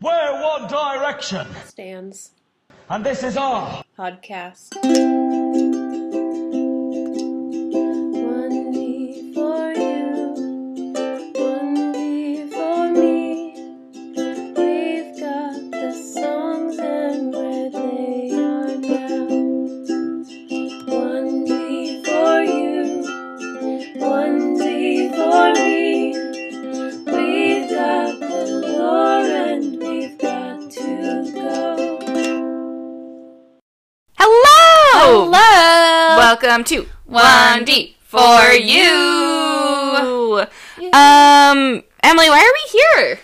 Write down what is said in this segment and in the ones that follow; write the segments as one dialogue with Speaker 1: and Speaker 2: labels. Speaker 1: Where? What direction?
Speaker 2: Stands.
Speaker 1: And this is our
Speaker 2: Podcast. One D for you. One D for me. We've got the songs and where they are now. One D for you. One D for me. We've got the lore and we've got to go.
Speaker 3: Hello!
Speaker 4: Hello.
Speaker 3: Oh. Welcome to
Speaker 4: One D for
Speaker 3: you. Um, Emily, why are we here?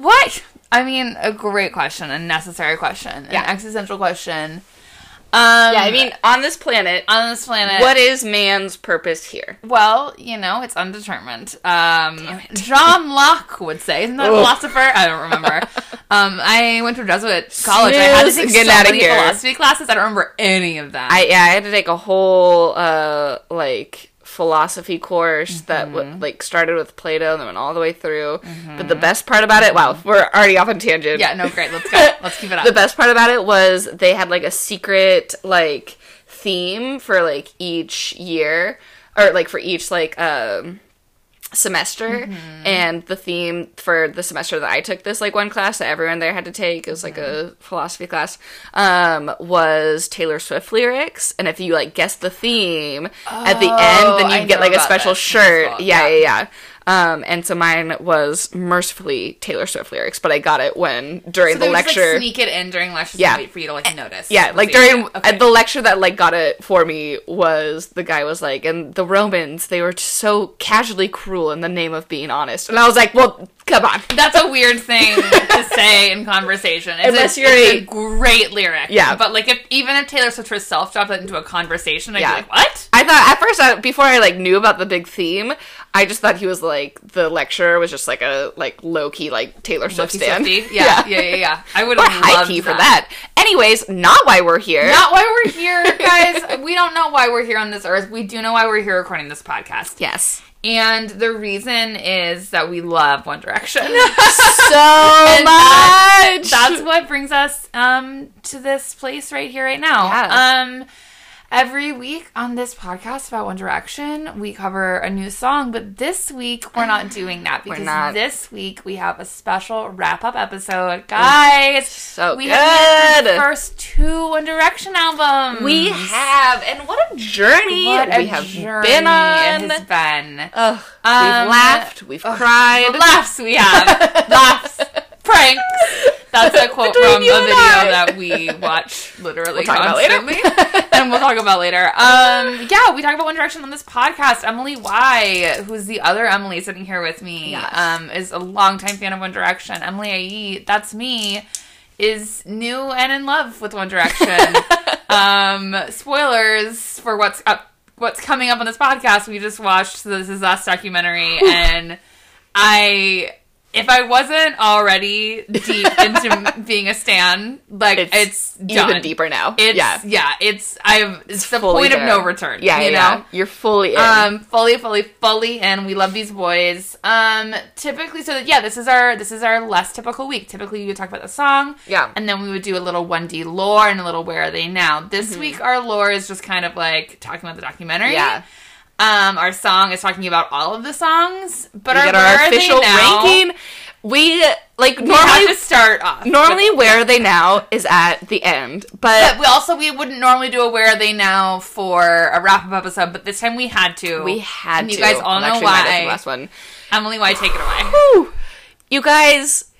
Speaker 4: What? I mean, a great question, a necessary question,
Speaker 3: Yeah.
Speaker 4: an existential question. Um,
Speaker 3: Yeah, I mean, on this planet,
Speaker 4: on this planet,
Speaker 3: what is man's purpose here?
Speaker 4: Well, you know, it's undetermined. Um, John Locke would say, "Isn't that a philosopher?" I don't remember. um, I went to a Jesuit college. I had to
Speaker 3: Snooze
Speaker 4: take
Speaker 3: and
Speaker 4: so
Speaker 3: get outta
Speaker 4: many
Speaker 3: here.
Speaker 4: philosophy classes. I don't remember any of that.
Speaker 3: I yeah, I had to take a whole uh like philosophy course that
Speaker 4: Mm-hmm.
Speaker 3: w- like started with Plato and then went all the way through. But the best part about it, wow, we're already off on tangent.
Speaker 4: yeah, no, great. Let's go. Let's keep it up.
Speaker 3: The best part about it was they had like a secret like theme for like each year or like for each like um semester
Speaker 4: Mm-hmm.
Speaker 3: and the theme for the semester that I took this like one class that everyone there had to take it was like a philosophy class um was Taylor Swift lyrics and if you like guessed the theme at the
Speaker 4: Oh,
Speaker 3: end then
Speaker 4: I
Speaker 3: you'd get
Speaker 4: know
Speaker 3: like a
Speaker 4: about
Speaker 3: special
Speaker 4: this.
Speaker 3: shirt
Speaker 4: That's cool.
Speaker 3: yeah
Speaker 4: Yeah.
Speaker 3: yeah yeah um and so mine was mercifully Taylor Swift lyrics but I got it when during
Speaker 4: so
Speaker 3: the
Speaker 4: they would just,
Speaker 3: lecture
Speaker 4: like, sneak it in during lectures.
Speaker 3: Yeah.
Speaker 4: and wait for you to like notice.
Speaker 3: yeah,
Speaker 4: Was
Speaker 3: like
Speaker 4: the idea.
Speaker 3: during
Speaker 4: Okay.
Speaker 3: at the lecture that like got it for me was the guy was like, and the Romans they were t- so casually cruel in the name of being honest, and I was like, well, come on,
Speaker 4: That's a weird thing to say in conversation. It's
Speaker 3: Unless
Speaker 4: a,
Speaker 3: you're
Speaker 4: it's
Speaker 3: a-
Speaker 4: a great lyric.
Speaker 3: Yeah.
Speaker 4: But like if even if Taylor Swift herself dropped that into a conversation, I'd
Speaker 3: Yeah.
Speaker 4: be like, What?
Speaker 3: I thought at first I, before I like knew about the big theme, I just thought he was like the lecturer was just like a like low key like Taylor Swift
Speaker 4: Lucky
Speaker 3: stand,
Speaker 4: Swiftie. Yeah, yeah, yeah, yeah, I would
Speaker 3: or
Speaker 4: have
Speaker 3: high
Speaker 4: loved
Speaker 3: key
Speaker 4: that.
Speaker 3: for that. Anyways, not why we're here.
Speaker 4: Not why we're here, guys. we don't know why we're here on this earth. We do know why we're here recording this podcast.
Speaker 3: yes,
Speaker 4: And the reason is that we love One Direction.
Speaker 3: so
Speaker 4: And that-
Speaker 3: much.
Speaker 4: That's what brings us um to this place right here, right now.
Speaker 3: Yeah.
Speaker 4: Um every week on this podcast about One Direction, we cover a new song, but this week we're not doing that because
Speaker 3: not.
Speaker 4: this week we have a special wrap-up episode. Guys,
Speaker 3: so
Speaker 4: we have
Speaker 3: good.
Speaker 4: the first two One Direction albums.
Speaker 3: We have, and what a journey
Speaker 4: what a
Speaker 3: we have
Speaker 4: journey
Speaker 3: been on.
Speaker 4: it has been.
Speaker 3: Ugh,
Speaker 4: Um,
Speaker 3: we've laughed, we've cried.
Speaker 4: The laughs we have. laughs. Pranks. That's a quote
Speaker 3: Between
Speaker 4: from a
Speaker 3: you
Speaker 4: video
Speaker 3: and I.
Speaker 4: that we watch literally
Speaker 3: We'll talk about later.
Speaker 4: constantly. and we'll talk about later. Um, yeah, we talk about One Direction on this podcast. Emily Y, who's the other Emily sitting here with me,
Speaker 3: Yes.
Speaker 4: um, is a longtime fan of One Direction. Emily Aye, that's me, is new and in love with One Direction. um, spoilers for what's up, what's coming up on this podcast. We just watched the This Is Us documentary, and I. If I wasn't already deep into being a stan, like it's,
Speaker 3: even
Speaker 4: done.
Speaker 3: deeper now.
Speaker 4: It's yeah,
Speaker 3: yeah,
Speaker 4: it's I'm it's the
Speaker 3: fully
Speaker 4: point of
Speaker 3: there.
Speaker 4: no return.
Speaker 3: Yeah,
Speaker 4: you
Speaker 3: yeah,
Speaker 4: know.
Speaker 3: yeah. you're fully in.
Speaker 4: Um, fully, fully, fully, and we love these boys. Um, typically, so that, yeah, this is our this is our less typical week. Typically, we would talk about the song,
Speaker 3: Yeah.
Speaker 4: and then we would do a little one D lore and a little where are they now. This
Speaker 3: Mm-hmm.
Speaker 4: week, our lore is just kind of like talking about the documentary.
Speaker 3: Yeah.
Speaker 4: Um, our song is talking about all of the songs, but
Speaker 3: we
Speaker 4: our,
Speaker 3: get
Speaker 4: where
Speaker 3: our
Speaker 4: are they
Speaker 3: official
Speaker 4: now,
Speaker 3: ranking. We like
Speaker 4: We have
Speaker 3: normally.
Speaker 4: to start off.
Speaker 3: Normally, where are they now is at the end, but
Speaker 4: But we also we wouldn't normally do a where are they now for a wrap up episode, but this time we had to.
Speaker 3: we had
Speaker 4: and
Speaker 3: to.
Speaker 4: You guys all
Speaker 3: I'm
Speaker 4: know
Speaker 3: actually mad at the
Speaker 4: why.
Speaker 3: last one.
Speaker 4: Emily, why take it away?
Speaker 3: Whew. You guys,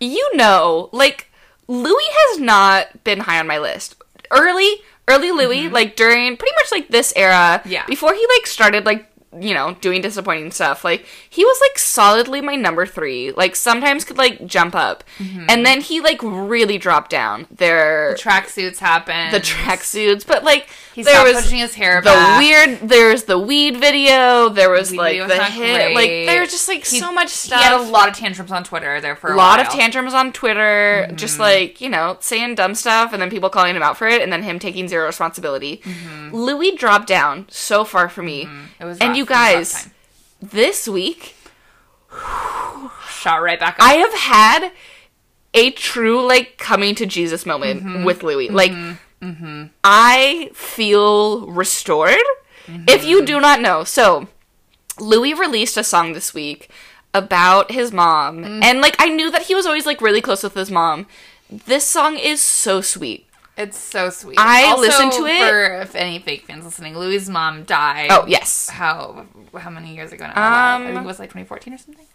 Speaker 3: you know, like Louis has not been high on my list. Early, early Louis, like during pretty much like this era,
Speaker 4: Mm-hmm. Yeah.
Speaker 3: Before he like started like you know doing disappointing stuff, like he was like solidly my number three. Like sometimes could like jump up,
Speaker 4: Mm-hmm.
Speaker 3: and then he like really dropped down. There,
Speaker 4: Tracksuits happen.
Speaker 3: the tracksuits, but like
Speaker 4: He
Speaker 3: there
Speaker 4: stopped
Speaker 3: was
Speaker 4: pushing his hair
Speaker 3: the
Speaker 4: back.
Speaker 3: weird. There's the weed video. There was
Speaker 4: Weed
Speaker 3: like
Speaker 4: video was
Speaker 3: the
Speaker 4: not
Speaker 3: hit.
Speaker 4: great.
Speaker 3: Like there's just like
Speaker 4: He-
Speaker 3: so much
Speaker 4: He
Speaker 3: stuff
Speaker 4: had a lot of tantrums on Twitter there for a,
Speaker 3: a lot of
Speaker 4: while. Mm-hmm.
Speaker 3: tantrums on Twitter, just like, you know, saying dumb stuff and then people calling him out for it and then him taking zero responsibility. Louis dropped down so far for me.
Speaker 4: Mm-hmm. It was
Speaker 3: and
Speaker 4: rough. It was a rough
Speaker 3: you guys,
Speaker 4: time.
Speaker 3: this week,
Speaker 4: shot right back up.
Speaker 3: I have had a true like coming to Jesus moment
Speaker 4: Mm-hmm.
Speaker 3: with Louis. Like I feel restored. If
Speaker 4: Mm-hmm.
Speaker 3: you do not know, so Louis released a song this week about his mom,
Speaker 4: Mm.
Speaker 3: and like I knew that he was always like really close with his mom. This song is so sweet.
Speaker 4: It's so sweet.
Speaker 3: I
Speaker 4: also,
Speaker 3: listened to it-
Speaker 4: For if any fake fans listening, Louis' mom died.
Speaker 3: Oh yes,
Speaker 4: How how many years ago now? I
Speaker 3: Um,
Speaker 4: think it was like 2014 or something.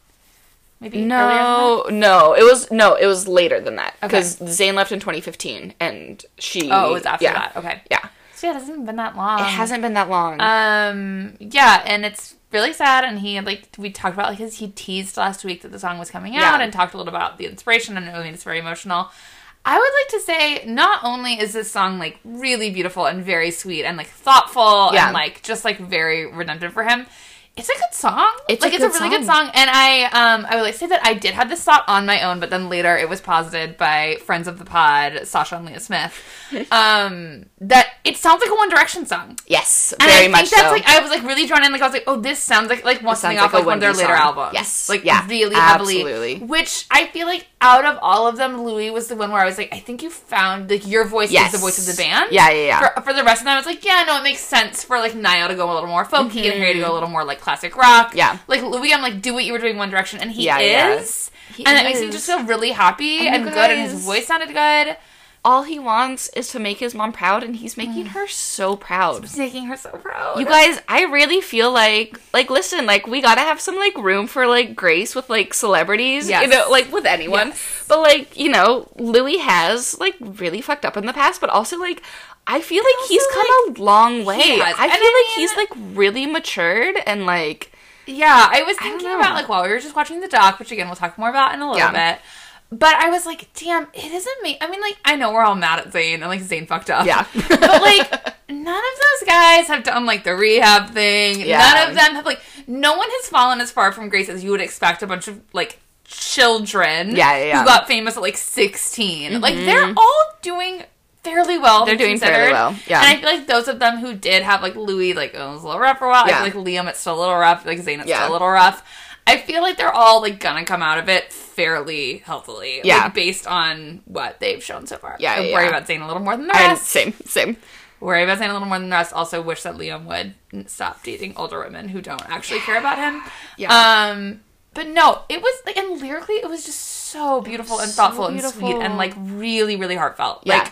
Speaker 4: Maybe earlier than
Speaker 3: No, no, it was no, it was later than that
Speaker 4: Okay.
Speaker 3: because Zayn left in 2015, and she.
Speaker 4: that? Oh, it was after
Speaker 3: yeah,
Speaker 4: that. Okay.
Speaker 3: Yeah,
Speaker 4: So yeah, it hasn't been that long.
Speaker 3: it hasn't been that long.
Speaker 4: Um. Yeah, and it's really sad. And he had, like we talked about like his he teased last week that the song was coming out
Speaker 3: Yeah.
Speaker 4: and talked a little about the inspiration and it made us very emotional. I would like to say not only is this song like really beautiful and very sweet and like thoughtful
Speaker 3: Yeah.
Speaker 4: and like just like very redemptive for him. It's a good song.
Speaker 3: It's a
Speaker 4: like it's a
Speaker 3: good
Speaker 4: really good song, and I um I would like to say that I did have this thought on my own, but then later it was posited by friends of the pod, Sasha and Leah Smith, um that it sounds like a One Direction song.
Speaker 3: yes,
Speaker 4: And
Speaker 3: very
Speaker 4: I
Speaker 3: much
Speaker 4: think that's
Speaker 3: so.
Speaker 4: like I was like really drawn in. Like I was like, oh, this sounds like like one
Speaker 3: sounds
Speaker 4: something off
Speaker 3: like
Speaker 4: like,
Speaker 3: a
Speaker 4: one of their
Speaker 3: Wendy
Speaker 4: later
Speaker 3: song.
Speaker 4: albums.
Speaker 3: Yes.
Speaker 4: like
Speaker 3: Yeah.
Speaker 4: really heavily.
Speaker 3: Absolutely.
Speaker 4: Which I feel like out of all of them, Louis was the one where I was like, I think you found like your voice
Speaker 3: Yes.
Speaker 4: is the voice of the band.
Speaker 3: Yeah, yeah, yeah.
Speaker 4: For, for the rest of them, I was like, yeah, no, it makes sense for like Niall to go a little more folky and Harry to go a little more like classic rock.
Speaker 3: Mm-hmm. Yeah.
Speaker 4: like Louis, I'm like, do what you were doing One Direction, and he
Speaker 3: Yeah, yeah.
Speaker 4: is. and it makes me
Speaker 3: is. Oh
Speaker 4: just feel really happy
Speaker 3: And
Speaker 4: and,
Speaker 3: you
Speaker 4: good, and his
Speaker 3: guys-
Speaker 4: voice sounded good.
Speaker 3: All he wants is to make his mom proud, and he's making her so proud.
Speaker 4: Mm. It's making her so proud.
Speaker 3: You guys, I really feel like like listen, like we gotta have some like room for like grace with like celebrities, you
Speaker 4: Yes.
Speaker 3: know, like with anyone.
Speaker 4: Yes.
Speaker 3: But like you know, Louis has like really fucked up in the past, but also like I feel like he's
Speaker 4: also,
Speaker 3: come a long way.
Speaker 4: has.
Speaker 3: I
Speaker 4: And I
Speaker 3: feel
Speaker 4: mean-
Speaker 3: like he's like really matured and like
Speaker 4: Yeah, I was
Speaker 3: don't
Speaker 4: thinking
Speaker 3: know.
Speaker 4: about like while we were just watching the doc, which again we'll talk more about in a little
Speaker 3: Yeah.
Speaker 4: bit. But I was like, damn, it isn't me. I mean, like I know we're all mad at Zayn and like Zayn fucked up.
Speaker 3: Yeah.
Speaker 4: but like none of those guys have done like the rehab thing.
Speaker 3: Yeah.
Speaker 4: None of them have like no one has fallen as far from grace as you would expect. A bunch of like children,
Speaker 3: Yeah, yeah, yeah.
Speaker 4: who got famous at like 16 Like they're all doing. Fairly well.
Speaker 3: They're
Speaker 4: when
Speaker 3: doing
Speaker 4: considered.
Speaker 3: fairly well, yeah.
Speaker 4: And I feel like those of them who did have like Louis, like oh, it was a little rough for a while.
Speaker 3: Yeah.
Speaker 4: I feel like Liam, it's still a little rough. Like Zayn, it's
Speaker 3: Yeah.
Speaker 4: still a little rough. I feel like they're all like gonna come out of it fairly healthily,
Speaker 3: Yeah.
Speaker 4: like, based on what they've shown so far.
Speaker 3: Yeah,
Speaker 4: I
Speaker 3: yeah,
Speaker 4: worry
Speaker 3: yeah.
Speaker 4: about Zayn a little more than the
Speaker 3: I,
Speaker 4: rest.
Speaker 3: same, same.
Speaker 4: worry about Zayn a little more than the rest. Also, wish that Liam would n- stop dating older women who don't actually care about him.
Speaker 3: Yeah.
Speaker 4: Um, but no, it was like, and lyrically, it was just so beautiful and
Speaker 3: So
Speaker 4: thoughtful and
Speaker 3: beautiful.
Speaker 4: sweet and like really, really heartfelt.
Speaker 3: Yeah.
Speaker 4: Like,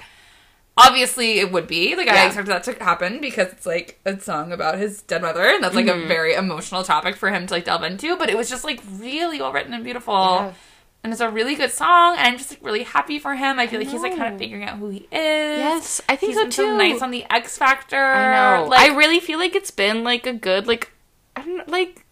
Speaker 4: obviously, it would be like
Speaker 3: Yeah.
Speaker 4: I expected that to happen because it's like a song about his dead mother, and that's like
Speaker 3: Mm-hmm.
Speaker 4: a very emotional topic for him to like delve into. But it was just like really well written and beautiful.
Speaker 3: Yeah.
Speaker 4: And it's a really good song, and I'm just like really happy for him. I feel like he's like kind of figuring out who he is.
Speaker 3: Yes, I think
Speaker 4: He's
Speaker 3: so
Speaker 4: been so
Speaker 3: too.
Speaker 4: nice on the X Factor.
Speaker 3: I know.
Speaker 4: Like,
Speaker 3: I really feel like it's been like a good like I don't know, like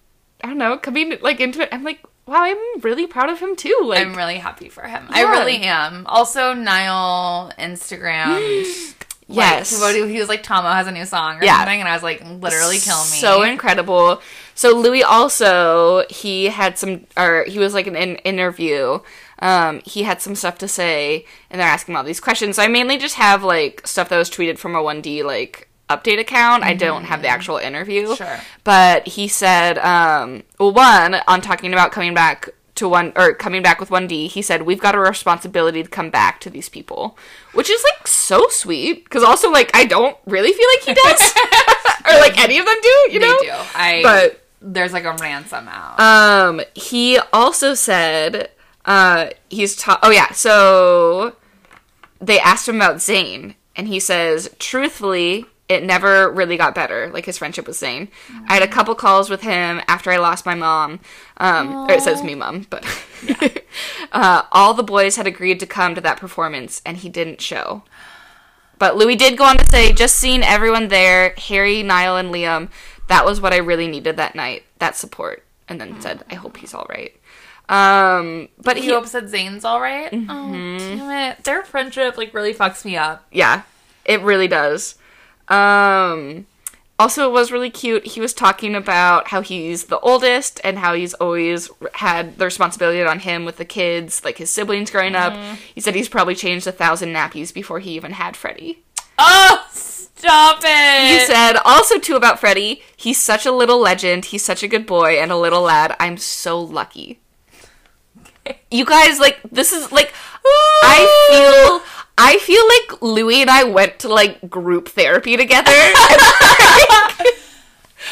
Speaker 3: I don't know coming like into it. I'm like wow, I'm really proud of him too. Like
Speaker 4: I'm really happy for him.
Speaker 3: Yeah.
Speaker 4: I really am. Also, Niall Instagram.
Speaker 3: yes,
Speaker 4: he was like, Tomo has a new song or
Speaker 3: Yeah.
Speaker 4: something, and I was like, literally kill me.
Speaker 3: So incredible. So Louis also he had some or he was like in an interview. Um, he had some stuff to say, and they're asking him all these questions. So I mainly just have like stuff that was tweeted from a 1D like update account. I don't have the actual interview.
Speaker 4: Mm-hmm. Sure.
Speaker 3: But he said, um, well, one on talking about coming back to one or coming back with 1D, he said we've got a responsibility to come back to these people, which is like so sweet because also like I don't really feel like he does or like any of them do,
Speaker 4: they
Speaker 3: you know?
Speaker 4: do. I
Speaker 3: But
Speaker 4: there's like a ransom out.
Speaker 3: um, he also said, uh, he's ta- oh yeah, so they asked him about Zayn, and he says, truthfully, it never really got better. Like his friendship with Zayn. I had a couple calls with him after I lost my mom. Um, or it says me mom, but uh, all the boys had agreed to come to that performance, and he didn't show. But Louis did go on to say, just seeing everyone there, Harry, Niall, and Liam, that was what I really needed that night, that support. And then said, I hope he's all right. Um, but
Speaker 4: he
Speaker 3: he,
Speaker 4: hopes that Zayn's all right. Oh
Speaker 3: Mm-hmm.
Speaker 4: damn it! Their friendship like really fucks me up.
Speaker 3: yeah, it really does. Um, also, it was really cute. He was talking about how he's the oldest and how he's always had the responsibility on him with the kids, like his siblings growing up. He said he's probably changed a thousand nappies before he even had Freddie.
Speaker 4: Oh, stop it!
Speaker 3: He said also too about Freddie. He's such a little legend. He's such a good boy and a little lad. I'm so lucky. you guys like this is like I feel I feel like Louis and I went to like group therapy together.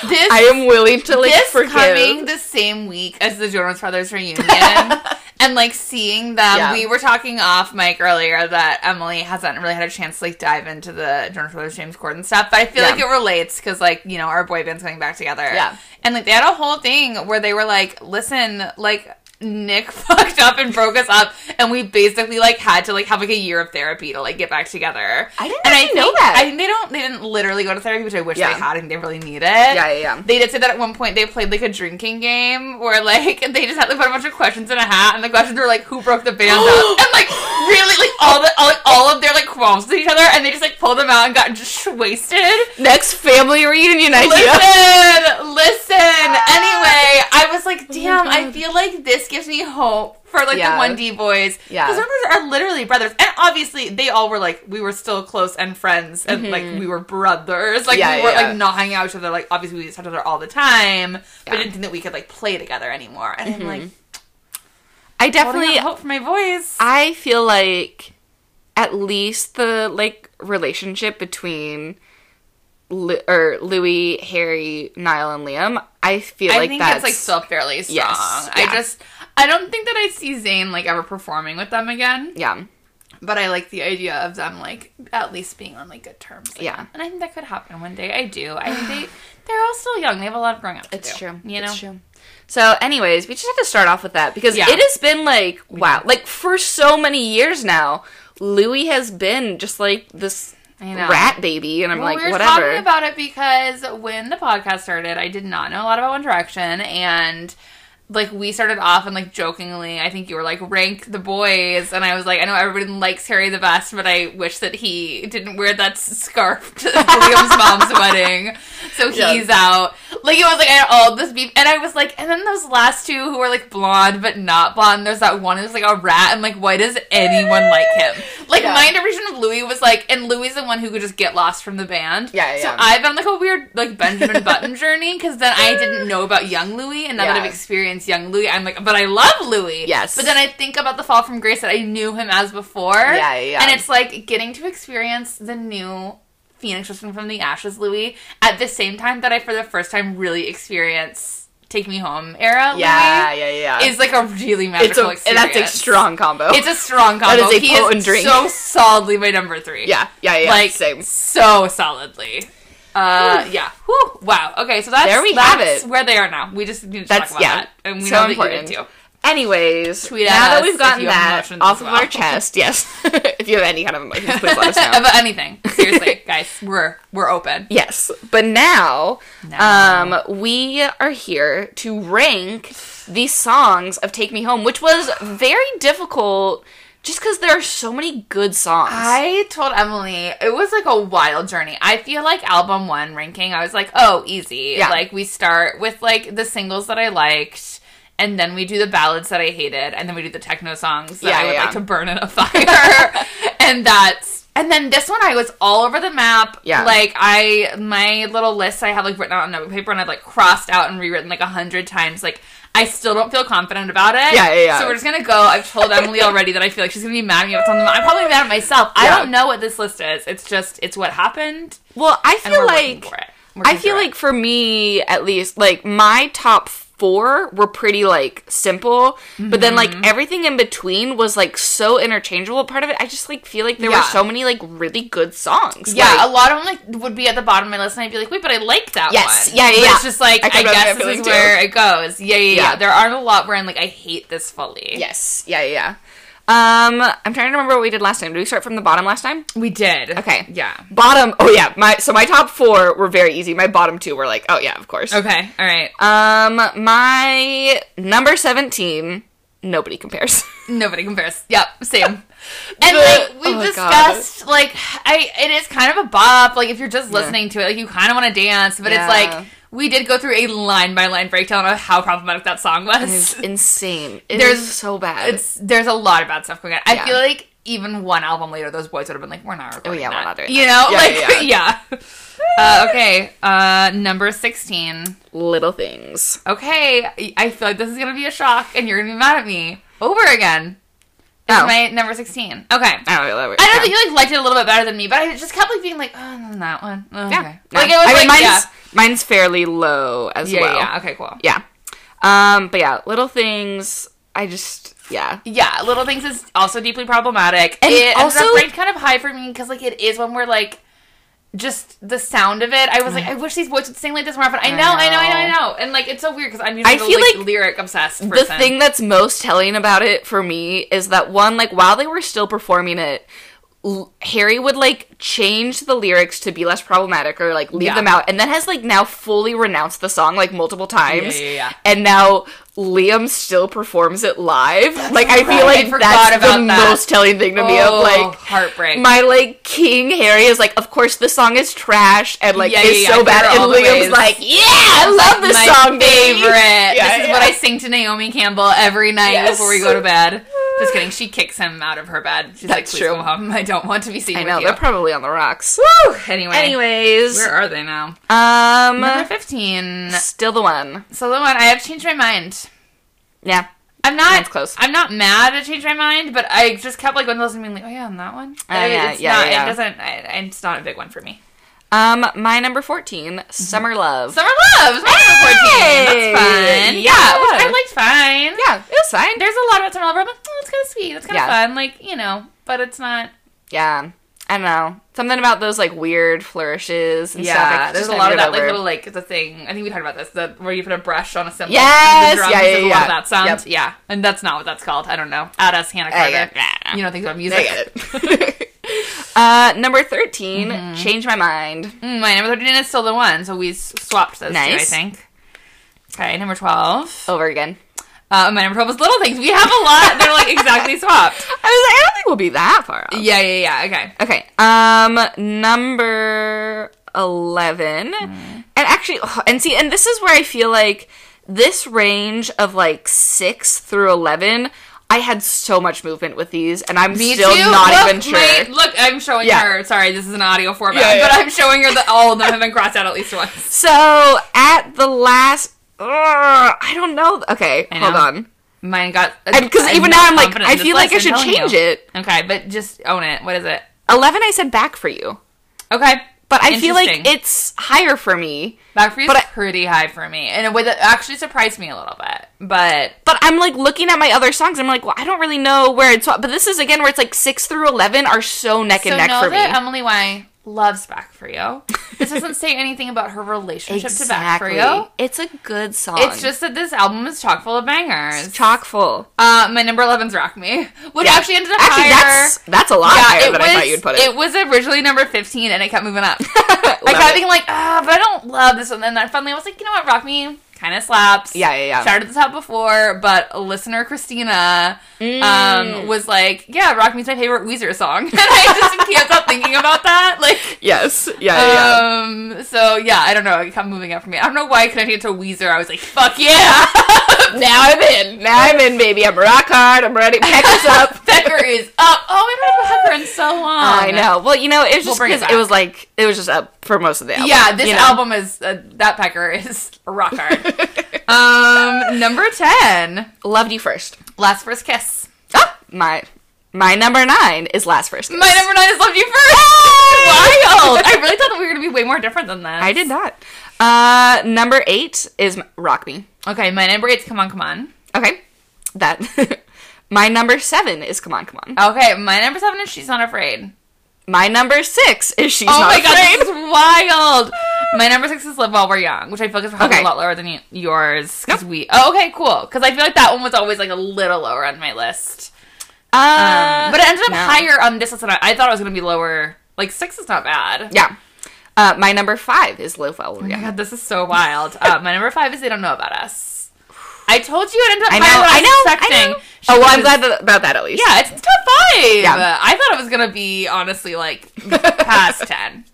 Speaker 4: This
Speaker 3: I am willing to like
Speaker 4: this
Speaker 3: forgive.
Speaker 4: coming the same week as the Jonas Brothers reunion. And like seeing them,
Speaker 3: Yeah.
Speaker 4: we were talking off mic earlier that Emily hasn't really had a chance to like dive into the Jonas Brothers, James Corden stuff, but I feel
Speaker 3: Yeah.
Speaker 4: like it relates because like you know our boy band's coming back together.
Speaker 3: Yeah.
Speaker 4: and like they had a whole thing where they were like, "Listen, like Nick fucked up and broke us up, and we basically like had to like have like a year of therapy to like get back together."
Speaker 3: I didn't
Speaker 4: and
Speaker 3: actually know
Speaker 4: think-
Speaker 3: that.
Speaker 4: I think they don't. They didn't literally go to therapy, which I wish
Speaker 3: Yeah.
Speaker 4: they had, and they really need it.
Speaker 3: yeah, yeah.
Speaker 4: They did say that at one point they played like a drinking game where like they just had to put a bunch of questions in a hat, and the questions were like who broke the band up, and like really like all the all, like, all of their like qualms with each other, and they just like pulled them out and got just wasted.
Speaker 3: Next family reunion
Speaker 4: Listen,
Speaker 3: idea.
Speaker 4: listen. Anyway, I was like, damn, I feel like this gives me hope for like
Speaker 3: Oh Yeah.
Speaker 4: the One D boys.
Speaker 3: Yeah.
Speaker 4: because members are uh, literally brothers, and obviously they all were like we were still close and friends, and like we were brothers. Like
Speaker 3: Mm-hmm. Yeah,
Speaker 4: we were
Speaker 3: yeah, yeah.
Speaker 4: like not hanging out with each other. Like obviously we saw each other all the time, but I
Speaker 3: Yeah.
Speaker 4: didn't think that we could like play together anymore. And I'm like,
Speaker 3: I
Speaker 4: definitely
Speaker 3: definitely
Speaker 4: hope for my voice.
Speaker 3: I feel like at least the like relationship between Lu- or Louis, Harry, Niall, and Liam. I feel
Speaker 4: I
Speaker 3: like
Speaker 4: think
Speaker 3: that's
Speaker 4: it's like still fairly strong.
Speaker 3: Yes,
Speaker 4: I
Speaker 3: yeah.
Speaker 4: just I don't think that I see Zayn like ever performing with them again.
Speaker 3: yeah,
Speaker 4: but I like the idea of them like at least being on like good terms. again.
Speaker 3: Yeah.
Speaker 4: and I think that could happen one day. I do. I think they they're all still young. They have a lot of growing up to
Speaker 3: it's
Speaker 4: do.
Speaker 3: true.
Speaker 4: You know,
Speaker 3: it's true. So, anyways, we just had to start off with that because
Speaker 4: Yeah.
Speaker 3: it has been like wow, like for so many years now, Louis has been just like this
Speaker 4: I know.
Speaker 3: rat baby, and I'm
Speaker 4: Well,
Speaker 3: like
Speaker 4: we were
Speaker 3: whatever.
Speaker 4: talking about it because when the podcast started, I did not know a lot about One Direction, and like we started off and like jokingly, I think you were like rank the boys, and I was like, I know everybody likes Harry the best, but I wish that he didn't wear that s- scarf to William's mom's wedding, so he's
Speaker 3: Yes.
Speaker 4: out. Like it was like I had all this beef, and I was like, and then those last two who were like blonde but not blonde. There's that one who's like a rat. I'm like, why does anyone like him? Like
Speaker 3: Yeah.
Speaker 4: my interpretation of Louis was like, and Louis is the one who could just get lost from the band.
Speaker 3: Yeah, yeah,
Speaker 4: So
Speaker 3: yeah.
Speaker 4: I've been like a weird like Benjamin Button journey because then I didn't know about young Louis, and now that
Speaker 3: Yeah.
Speaker 4: I've experienced young Louis, I'm like, but I love Louis.
Speaker 3: Yes.
Speaker 4: But then I think about the fall from grace that I knew him as before.
Speaker 3: Yeah, yeah.
Speaker 4: And it's like getting to experience the new Phoenix Rising from the Ashes Louis at the same time that I for the first time really experience Take Me Home era
Speaker 3: yeah,
Speaker 4: Louis
Speaker 3: yeah, yeah.
Speaker 4: is like a really
Speaker 3: it's
Speaker 4: magical
Speaker 3: a and
Speaker 4: experience.
Speaker 3: that's a strong combo.
Speaker 4: It's a strong
Speaker 3: That
Speaker 4: combo.
Speaker 3: is a
Speaker 4: he
Speaker 3: potent
Speaker 4: is
Speaker 3: drink.
Speaker 4: so solidly my number three.
Speaker 3: yeah, yeah, yeah.
Speaker 4: like
Speaker 3: same.
Speaker 4: so solidly. Uh, yeah. Whew. Wow. Okay, so that's
Speaker 3: There we
Speaker 4: that's
Speaker 3: have it.
Speaker 4: Where they are now. We just need to
Speaker 3: That's-
Speaker 4: talk about
Speaker 3: yeah,
Speaker 4: that, and we
Speaker 3: so
Speaker 4: know
Speaker 3: important.
Speaker 4: that you did too.
Speaker 3: Anyways,
Speaker 4: Tweet at
Speaker 3: now
Speaker 4: us
Speaker 3: that we've
Speaker 4: if
Speaker 3: gotten
Speaker 4: you have
Speaker 3: that
Speaker 4: emotions
Speaker 3: off
Speaker 4: as
Speaker 3: of
Speaker 4: well.
Speaker 3: our chest, yes. if you have any kind of emotions, please let us know.
Speaker 4: about anything. Seriously, guys, we're we're open.
Speaker 3: yes, but now,
Speaker 4: Now.
Speaker 3: Um, we are here to rank the songs of "Take Me Home," which was very difficult, just because there are so many good songs.
Speaker 4: I told Emily it was like a wild journey. I feel like album one ranking, I was like, oh, easy.
Speaker 3: Yeah.
Speaker 4: Like we start with like the singles that I liked, and then we do the ballads that I hated, and then we do the techno songs that
Speaker 3: Yeah,
Speaker 4: I would
Speaker 3: yeah.
Speaker 4: like to burn in a fire. and that's and then this one I was all over the map.
Speaker 3: Yeah.
Speaker 4: Like I my little list I have like written out on notebook paper and I've like crossed out and rewritten like a hundred times. Like I still don't feel confident about it.
Speaker 3: Yeah, yeah, yeah.
Speaker 4: So we're just gonna go. I've told Emily already that I feel like she's gonna be mad at me if it's on the. I'm probably mad at myself. I
Speaker 3: Yeah.
Speaker 4: don't know what this list is. It's just it's what happened.
Speaker 3: well, I
Speaker 4: And we're
Speaker 3: feel
Speaker 4: working
Speaker 3: like
Speaker 4: for it.
Speaker 3: I
Speaker 4: Working
Speaker 3: feel
Speaker 4: through it.
Speaker 3: like for me at least, like my top four were pretty like simple, but then like everything in between was like so interchangeable. Part of it, I just like feel like there
Speaker 4: Yeah.
Speaker 3: were so many like really good songs.
Speaker 4: yeah,
Speaker 3: like,
Speaker 4: a lot of them like would be at the bottom of my list, and I'd be like, wait, but I like that
Speaker 3: Yes.
Speaker 4: one.
Speaker 3: Yeah, yeah,
Speaker 4: But
Speaker 3: yeah.
Speaker 4: It's just like
Speaker 3: I
Speaker 4: I,
Speaker 3: think that's
Speaker 4: guess
Speaker 3: my
Speaker 4: this is
Speaker 3: feeling, too.
Speaker 4: where it goes. Yeah, yeah, yeah,
Speaker 3: Yeah.
Speaker 4: There are a lot where I'm like, I hate this fully.
Speaker 3: yes, yeah, yeah. yeah. Um, I'm trying to remember what we did last time. Did we start from the bottom last time?
Speaker 4: we did.
Speaker 3: Okay.
Speaker 4: yeah.
Speaker 3: Bottom. Oh yeah, my so my top four were very easy. My bottom two were like, oh yeah, of course.
Speaker 4: Okay, all right.
Speaker 3: Um, my number seventeen. Nobody compares.
Speaker 4: Nobody compares. Yep, same. And
Speaker 3: The-
Speaker 4: like we've
Speaker 3: oh my
Speaker 4: discussed, like I, it is kind of a bop. Like if you're just listening to it, like you kind of want to dance, but
Speaker 3: Yeah.
Speaker 4: it's like we did go through a line by line breakdown of how problematic that song
Speaker 3: It's
Speaker 4: was.
Speaker 3: insane. It
Speaker 4: There's-
Speaker 3: is so bad.
Speaker 4: It's there's a lot of bad stuff going on. I
Speaker 3: Yeah. Oh,
Speaker 4: feel like even one album later, those boys would have been like, "We're not recording
Speaker 3: yeah, we're
Speaker 4: that."
Speaker 3: not doing
Speaker 4: you
Speaker 3: that.
Speaker 4: know,
Speaker 3: Yeah,
Speaker 4: like yeah. Uh, okay, uh, number sixteen.
Speaker 3: little things.
Speaker 4: Okay, I feel like this is gonna be a shock, and you're gonna be mad at me. over again. Is
Speaker 3: Oh.
Speaker 4: my number sixteen. Okay.
Speaker 3: I don't know. that
Speaker 4: I know that you like liked it a little bit better than me, but I just kept like being like, oh, no, that one. Oh,
Speaker 3: Yeah.
Speaker 4: okay.
Speaker 3: No.
Speaker 4: Like it was
Speaker 3: I mean,
Speaker 4: like,
Speaker 3: mine's,
Speaker 4: yeah,
Speaker 3: mine's fairly low as
Speaker 4: yeah,
Speaker 3: well.
Speaker 4: yeah. Okay, cool.
Speaker 3: Yeah. Um, but yeah, little things. I just yeah.
Speaker 4: Yeah, Little Things is also deeply problematic.
Speaker 3: And
Speaker 4: it also
Speaker 3: also-
Speaker 4: ended up ranked kind of high for me because like it is when we're like just the sound of it. I was like, I wish these boys would sing like this more often. I know, I know, I know, I know. And like it's so weird because I'm usually
Speaker 3: I
Speaker 4: the,
Speaker 3: feel
Speaker 4: like,
Speaker 3: like
Speaker 4: lyric obsessed
Speaker 3: The
Speaker 4: person.
Speaker 3: thing that's most telling about it for me is that one, like while they were still performing it, l- Harry would like change the lyrics to be less problematic or like leave
Speaker 4: Yeah.
Speaker 3: them out, and then has like now fully renounced the song like multiple times.
Speaker 4: yeah, yeah.
Speaker 3: And now Liam still performs it live. like I
Speaker 4: right.
Speaker 3: feel
Speaker 4: I
Speaker 3: like
Speaker 4: forgot
Speaker 3: that's the
Speaker 4: about that.
Speaker 3: most telling thing to me
Speaker 4: Oh,
Speaker 3: of like
Speaker 4: heartbreak.
Speaker 3: my like king harry is like of course this song is trash and like
Speaker 4: Yeah,
Speaker 3: it's
Speaker 4: yeah, yeah,
Speaker 3: so
Speaker 4: I
Speaker 3: bad
Speaker 4: heard all
Speaker 3: and
Speaker 4: the
Speaker 3: liam's
Speaker 4: ways.
Speaker 3: like yeah i love this
Speaker 4: my
Speaker 3: song baby."
Speaker 4: favorite.
Speaker 3: Yeah,
Speaker 4: this is
Speaker 3: yeah.
Speaker 4: what I sing to Naomi Campbell every night
Speaker 3: Yes.
Speaker 4: before we go to bed. Just kidding. She kicks him out of her bed. She's like,
Speaker 3: That's
Speaker 4: "Please,
Speaker 3: true.
Speaker 4: mom, I don't want to be seen
Speaker 3: i
Speaker 4: with
Speaker 3: know
Speaker 4: you."
Speaker 3: they're probably on the rocks
Speaker 4: Whew, anyway,
Speaker 3: anyways
Speaker 4: where are they now? Number
Speaker 3: um
Speaker 4: fifteen.
Speaker 3: still the one
Speaker 4: So the one I have changed my mind.
Speaker 3: yeah
Speaker 4: I'm not.
Speaker 3: Mine's close.
Speaker 4: I'm not mad. I changed my mind, but I just kept like when those and being like, "Oh yeah, on that one."
Speaker 3: Oh,
Speaker 4: I-
Speaker 3: yeah,
Speaker 4: it's
Speaker 3: yeah,
Speaker 4: not,
Speaker 3: yeah.
Speaker 4: It doesn't. I, I- it's not a big one for me.
Speaker 3: um my number 14 summer love
Speaker 4: Summer love. is my number 14.
Speaker 3: Hey!
Speaker 4: That's fun. Yeah,
Speaker 3: Yeah.
Speaker 4: which I liked fine.
Speaker 3: yeah it was fine
Speaker 4: There's a lot about summer love. where I'm like, oh, it's kind of sweet. It's kind of
Speaker 3: Yeah.
Speaker 4: fun. Like you know, but it's not.
Speaker 3: yeah i don't know something about those like weird flourishes and stuff I
Speaker 4: Yeah,
Speaker 3: just
Speaker 4: there's a
Speaker 3: can't
Speaker 4: lot of
Speaker 3: get
Speaker 4: that like
Speaker 3: over.
Speaker 4: little like the thing. I think we talked about this that where you put a brush on a symbol. and
Speaker 3: Yes!
Speaker 4: the drums,
Speaker 3: Yeah, yeah,
Speaker 4: there's a lot
Speaker 3: yeah.
Speaker 4: of that sound.
Speaker 3: Yep.
Speaker 4: Yeah, and that's not what that's called. I don't know. At us, Hannah
Speaker 3: I
Speaker 4: Carter.
Speaker 3: get it.
Speaker 4: You know things about music.
Speaker 3: I get it. Mm-hmm. uh, number 13, Change My Mind.
Speaker 4: Mm, My number 13 is still the one, so we s- swapped those two, I
Speaker 3: Nice.
Speaker 4: think. Okay, number 12.
Speaker 3: Over again.
Speaker 4: Uh, my number 12 is Little Things. We have a lot. They're like exactly swapped.
Speaker 3: I was like, I don't think we'll be that far off.
Speaker 4: Yeah, yeah, yeah. Okay.
Speaker 3: Okay, um, number 11. And actually, ugh, and see, and this is where I feel like this range of like 6 through 11, I had so much movement with these, and I'm still not
Speaker 4: look,
Speaker 3: even sure.
Speaker 4: my- look, I'm showing
Speaker 3: Yeah.
Speaker 4: her. Sorry, this is an audio format,
Speaker 3: Yeah, yeah.
Speaker 4: but I'm showing her that all of them have been crossed out at least once.
Speaker 3: So, at the last. ugh, I don't know. Okay,
Speaker 4: I
Speaker 3: hold
Speaker 4: know.
Speaker 3: on.
Speaker 4: Mine got. uh,
Speaker 3: Because
Speaker 4: I'm
Speaker 3: even
Speaker 4: not
Speaker 3: now I'm like,
Speaker 4: confident
Speaker 3: I
Speaker 4: in this
Speaker 3: feel like I
Speaker 4: list,
Speaker 3: should
Speaker 4: I'm telling
Speaker 3: change
Speaker 4: you.
Speaker 3: it.
Speaker 4: Okay, but just own it. What is it?
Speaker 3: 11 I said back for you.
Speaker 4: Okay.
Speaker 3: But I feel like
Speaker 4: Interesting.
Speaker 3: it's higher for me.
Speaker 4: Back for you
Speaker 3: but
Speaker 4: is
Speaker 3: I-
Speaker 4: pretty high for me. And it, with it actually surprised me a little bit. But
Speaker 3: But I'm like looking at my other songs. I'm like, well, I don't really know where it's. But this is again where it's like six through eleven are so neck and
Speaker 4: so
Speaker 3: neck
Speaker 4: know
Speaker 3: for me.
Speaker 4: that Emily Y loves Back for You. This doesn't say anything about her relationship to Back for You.
Speaker 3: It's a good song.
Speaker 4: It's just that this album is chock full of bangers.
Speaker 3: It's chock full.
Speaker 4: Uh, my number 11's Rock Me, which
Speaker 3: Yeah.
Speaker 4: actually ended up
Speaker 3: Actually,
Speaker 4: higher.
Speaker 3: that's that's a lot higher than I thought you'd put it.
Speaker 4: was originally number 15 and it kept moving up. I
Speaker 3: Love
Speaker 4: kept
Speaker 3: it.
Speaker 4: being like, ah, but I don't love this one. And then finally I was like, you know what, Rock Me kind of slaps.
Speaker 3: Yeah, yeah, yeah.
Speaker 4: Shouted this out before, but listener Christina
Speaker 3: Mm.
Speaker 4: um, was like, yeah, Rock Me's my favorite Weezer song. and I just can't stop thinking about that. Like,
Speaker 3: yes. Yeah. yeah, Oh, yeah.
Speaker 4: um, so yeah, I don't know. It kept moving up for me. I don't know why I connected it to Weezer. I was like, fuck yeah. Uh,
Speaker 3: now I'm in. Now I'm in, baby. I'm rock hard. I'm ready. Peck us up.
Speaker 4: Becker is up. Oh, I haven't heard Becker in so long.
Speaker 3: I know. Well, you know, it was just
Speaker 4: Oh, bring it
Speaker 3: because it,
Speaker 4: back.
Speaker 3: was like it was just up for most of the album.
Speaker 4: Yeah, this
Speaker 3: you know?
Speaker 4: album is uh, that Pecker is a rock hard. um, number ten,
Speaker 3: Loved you first.
Speaker 4: Last First Kiss.
Speaker 3: Oh, my my number nine is last first. Kiss.
Speaker 4: My number nine is Love You First. Wild. I really thought that we were gonna be way more different than that.
Speaker 3: I did not. Uh, number eight is m- Rock Me.
Speaker 4: Okay, my number eight's Come On, Come On.
Speaker 3: Okay, that. My number seven is Come On, Come On. Uh,
Speaker 4: Okay, my number seven is She's Not Afraid.
Speaker 3: My number six is She's
Speaker 4: oh
Speaker 3: Not
Speaker 4: my
Speaker 3: Afraid.
Speaker 4: god, this is wild. My number six is Live While We're Young, which I feel like is probably
Speaker 3: Okay.
Speaker 4: a lot lower than y- yours. Because we. Oh, okay, cool. Because I feel like that one was always like a little lower on my list.
Speaker 3: Uh,
Speaker 4: Um, but it ended up
Speaker 3: no.
Speaker 4: higher on this list than I, I thought it was going to be lower. Like six is not bad.
Speaker 3: Yeah. Uh, my number five is Low Fell.
Speaker 4: Oh my God, this is so wild. uh, my number five is they don't know about us. I told you it ended up
Speaker 3: I know.
Speaker 4: higher than I,
Speaker 3: I
Speaker 4: was
Speaker 3: know. I
Speaker 4: expecting.
Speaker 3: know.
Speaker 4: She
Speaker 3: Oh, well, I'm
Speaker 4: was-
Speaker 3: glad that, about that at least.
Speaker 4: Yeah, it's in top five.
Speaker 3: Yeah.
Speaker 4: I thought it was gonna be honestly like past ten.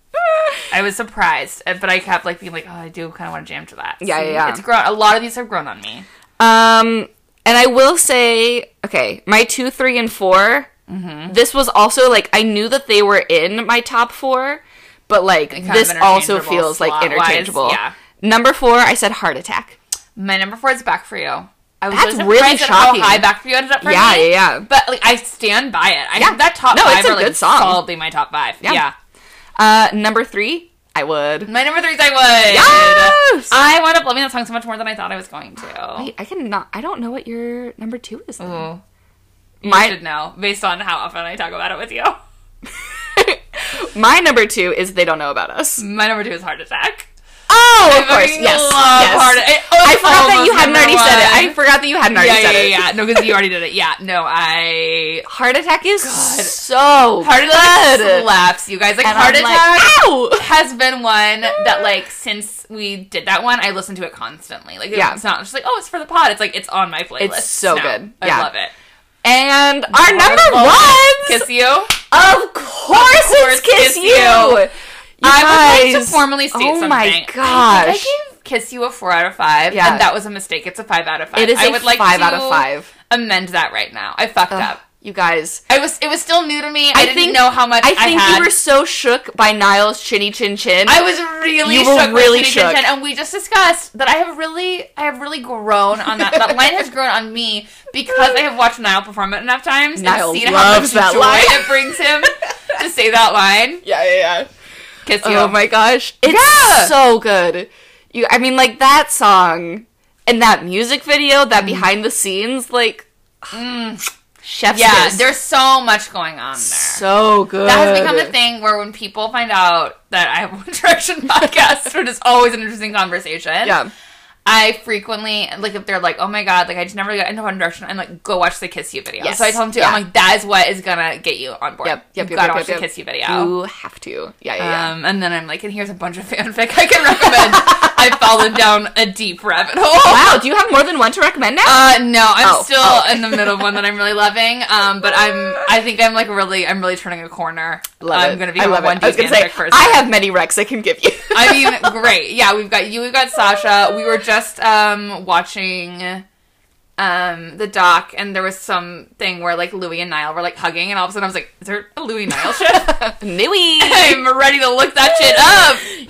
Speaker 4: I was surprised, uh, but I kept like being like, "Oh, I do kind of want to jam to that."
Speaker 3: Yeah,
Speaker 4: See,
Speaker 3: yeah, yeah.
Speaker 4: It's grown. A lot of these have grown on me.
Speaker 3: Um, and I will say, okay, my two, three, and 4
Speaker 4: Mm-hmm.
Speaker 3: This was also like I knew that they were in my top four, but like
Speaker 4: kind of
Speaker 3: this also
Speaker 4: interchangeable
Speaker 3: feels like
Speaker 4: slot-wise,
Speaker 3: interchangeable.
Speaker 4: yeah.
Speaker 3: Number four, I said heart attack.
Speaker 4: My number four is back for you. I was
Speaker 3: That's
Speaker 4: just
Speaker 3: really
Speaker 4: surprised at
Speaker 3: shocking.
Speaker 4: How high back for you ended up for
Speaker 3: Yeah,
Speaker 4: me.
Speaker 3: yeah, yeah.
Speaker 4: But like, I stand by it. I
Speaker 3: Yeah.
Speaker 4: think that top
Speaker 3: No,
Speaker 4: five
Speaker 3: it's a
Speaker 4: are like
Speaker 3: good song.
Speaker 4: solidly my top five.
Speaker 3: Yeah.
Speaker 4: Yeah.
Speaker 3: Uh, number three, I would.
Speaker 4: My number three is I would.
Speaker 3: Yes!
Speaker 4: I wound up loving that song so much more than I thought I was going to.
Speaker 3: Wait, I cannot. I don't know what your number two is. then.
Speaker 4: Ooh. I should
Speaker 3: My
Speaker 4: know based on how often I talk about it with you.
Speaker 3: my number two is they don't know about us.
Speaker 4: My number two is Heart Attack.
Speaker 3: Oh, of
Speaker 4: Mm. I
Speaker 3: course,
Speaker 4: fucking
Speaker 3: yes,
Speaker 4: love
Speaker 3: yes.
Speaker 4: Heart Attack. It-
Speaker 3: I
Speaker 4: it's
Speaker 3: forgot that
Speaker 4: almost
Speaker 3: you hadn't
Speaker 4: number
Speaker 3: already said it. I
Speaker 4: one.
Speaker 3: forgot that you hadn't already
Speaker 4: yeah,
Speaker 3: said
Speaker 4: yeah,
Speaker 3: it.
Speaker 4: yeah, yeah. No, because you already did it. Yeah, no, I
Speaker 3: Heart attack is so
Speaker 4: Heart
Speaker 3: good.
Speaker 4: Attack slaps. You guys like
Speaker 3: Oh, And
Speaker 4: Heart
Speaker 3: I'm like,
Speaker 4: Attack
Speaker 3: Ow!
Speaker 4: has been one that like since we did that one, I listen to it constantly. Like
Speaker 3: Yeah.
Speaker 4: it's not just like oh, it's for the pod. It's like it's on my playlist.
Speaker 3: It's so
Speaker 4: now.
Speaker 3: good.
Speaker 4: I
Speaker 3: Yeah.
Speaker 4: love it.
Speaker 3: And our number
Speaker 4: Horrible.
Speaker 3: one,
Speaker 4: kiss you.
Speaker 3: of course,
Speaker 4: course,
Speaker 3: it's kiss,
Speaker 4: Kiss
Speaker 3: you.
Speaker 4: You. I would like
Speaker 3: Guys.
Speaker 4: to formally state
Speaker 3: Oh
Speaker 4: something.
Speaker 3: my
Speaker 4: I think
Speaker 3: gosh.
Speaker 4: I gave Kiss You a four out of five,
Speaker 3: Yeah.
Speaker 4: and that was a mistake. It's a five out of five.
Speaker 3: It is
Speaker 4: I
Speaker 3: a
Speaker 4: would like
Speaker 3: five
Speaker 4: to
Speaker 3: out of five.
Speaker 4: Amend that right now. I fucked
Speaker 3: Ugh,
Speaker 4: up.
Speaker 3: you guys.
Speaker 4: I was. It was still new to me. I, didn't
Speaker 3: think-
Speaker 4: know how much
Speaker 3: I think
Speaker 4: had.
Speaker 3: you were so shook by Niall's chinny chin chin.
Speaker 4: I was really
Speaker 3: You were
Speaker 4: shook. by
Speaker 3: really
Speaker 4: Chinny
Speaker 3: shook.
Speaker 4: Chin Chin, and we just discussed that I have really, I have really grown on that. that line has grown on me because I have watched Niall perform it enough times
Speaker 3: Niall
Speaker 4: and seen
Speaker 3: loves
Speaker 4: how much
Speaker 3: that
Speaker 4: joy
Speaker 3: line.
Speaker 4: it brings him to say that line.
Speaker 3: yeah, yeah, yeah.
Speaker 4: Kiss you.
Speaker 3: Oh my gosh. It's
Speaker 4: Yeah.
Speaker 3: so good. You I mean like that song and that music video, that
Speaker 4: Mm.
Speaker 3: behind the scenes like chef's
Speaker 4: yeah,
Speaker 3: kiss.
Speaker 4: there's so much going on there.
Speaker 3: so good.
Speaker 4: That has become a thing where when people find out that I have a One Direction podcast, which is always an interesting conversation.
Speaker 3: Yeah.
Speaker 4: I frequently like if they're like, "Oh my god, like I just never got into One Direction," I'm like, "Go watch the Kiss You video."
Speaker 3: Yes.
Speaker 4: So I tell them to,
Speaker 3: Yeah.
Speaker 4: I'm like, "That is what is gonna get you on board.
Speaker 3: Yep,
Speaker 4: you
Speaker 3: yep, yep,
Speaker 4: gotta
Speaker 3: yep,
Speaker 4: watch
Speaker 3: yep,
Speaker 4: the
Speaker 3: yep.
Speaker 4: Kiss You video."
Speaker 3: You have to. Yeah, yeah, yeah.
Speaker 4: Um, and then I'm like, "And here's a bunch of fanfic I can recommend." I fallen down a deep rabbit hole.
Speaker 3: wow, do you have more than one to recommend now?
Speaker 4: Uh, no, I'm
Speaker 3: Oh,
Speaker 4: still
Speaker 3: oh.
Speaker 4: in the middle of one that I'm really loving. Um, but I'm, I think I'm like really, I'm really turning a corner.
Speaker 3: Love
Speaker 4: I'm
Speaker 3: it.
Speaker 4: gonna
Speaker 3: I
Speaker 4: become
Speaker 3: love
Speaker 4: a
Speaker 3: it.
Speaker 4: one
Speaker 3: I was
Speaker 4: deep
Speaker 3: gonna say,
Speaker 4: fanfic person.
Speaker 3: I have many recs I can give you.
Speaker 4: I mean, great. Yeah, we've got you. We've got Sasha. We were just um watching um the doc, and there was some thing where like Louis and Niall were like hugging, and all of a sudden I was like, "Is there a Louis Niall shit?"
Speaker 3: Newy.
Speaker 4: I'm ready to look that shit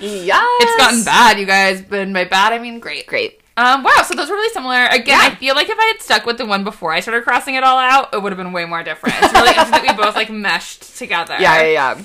Speaker 4: up.
Speaker 3: yes.
Speaker 4: It's gotten bad, you guys. But by bad, I mean great.
Speaker 3: Great.
Speaker 4: Um, wow, so those were really similar. Again,
Speaker 3: Yeah.
Speaker 4: I feel like if I had stuck with the one before I started crossing it all out, it would have been way more different. It's really interesting that we both like meshed together.
Speaker 3: Yeah, yeah, yeah.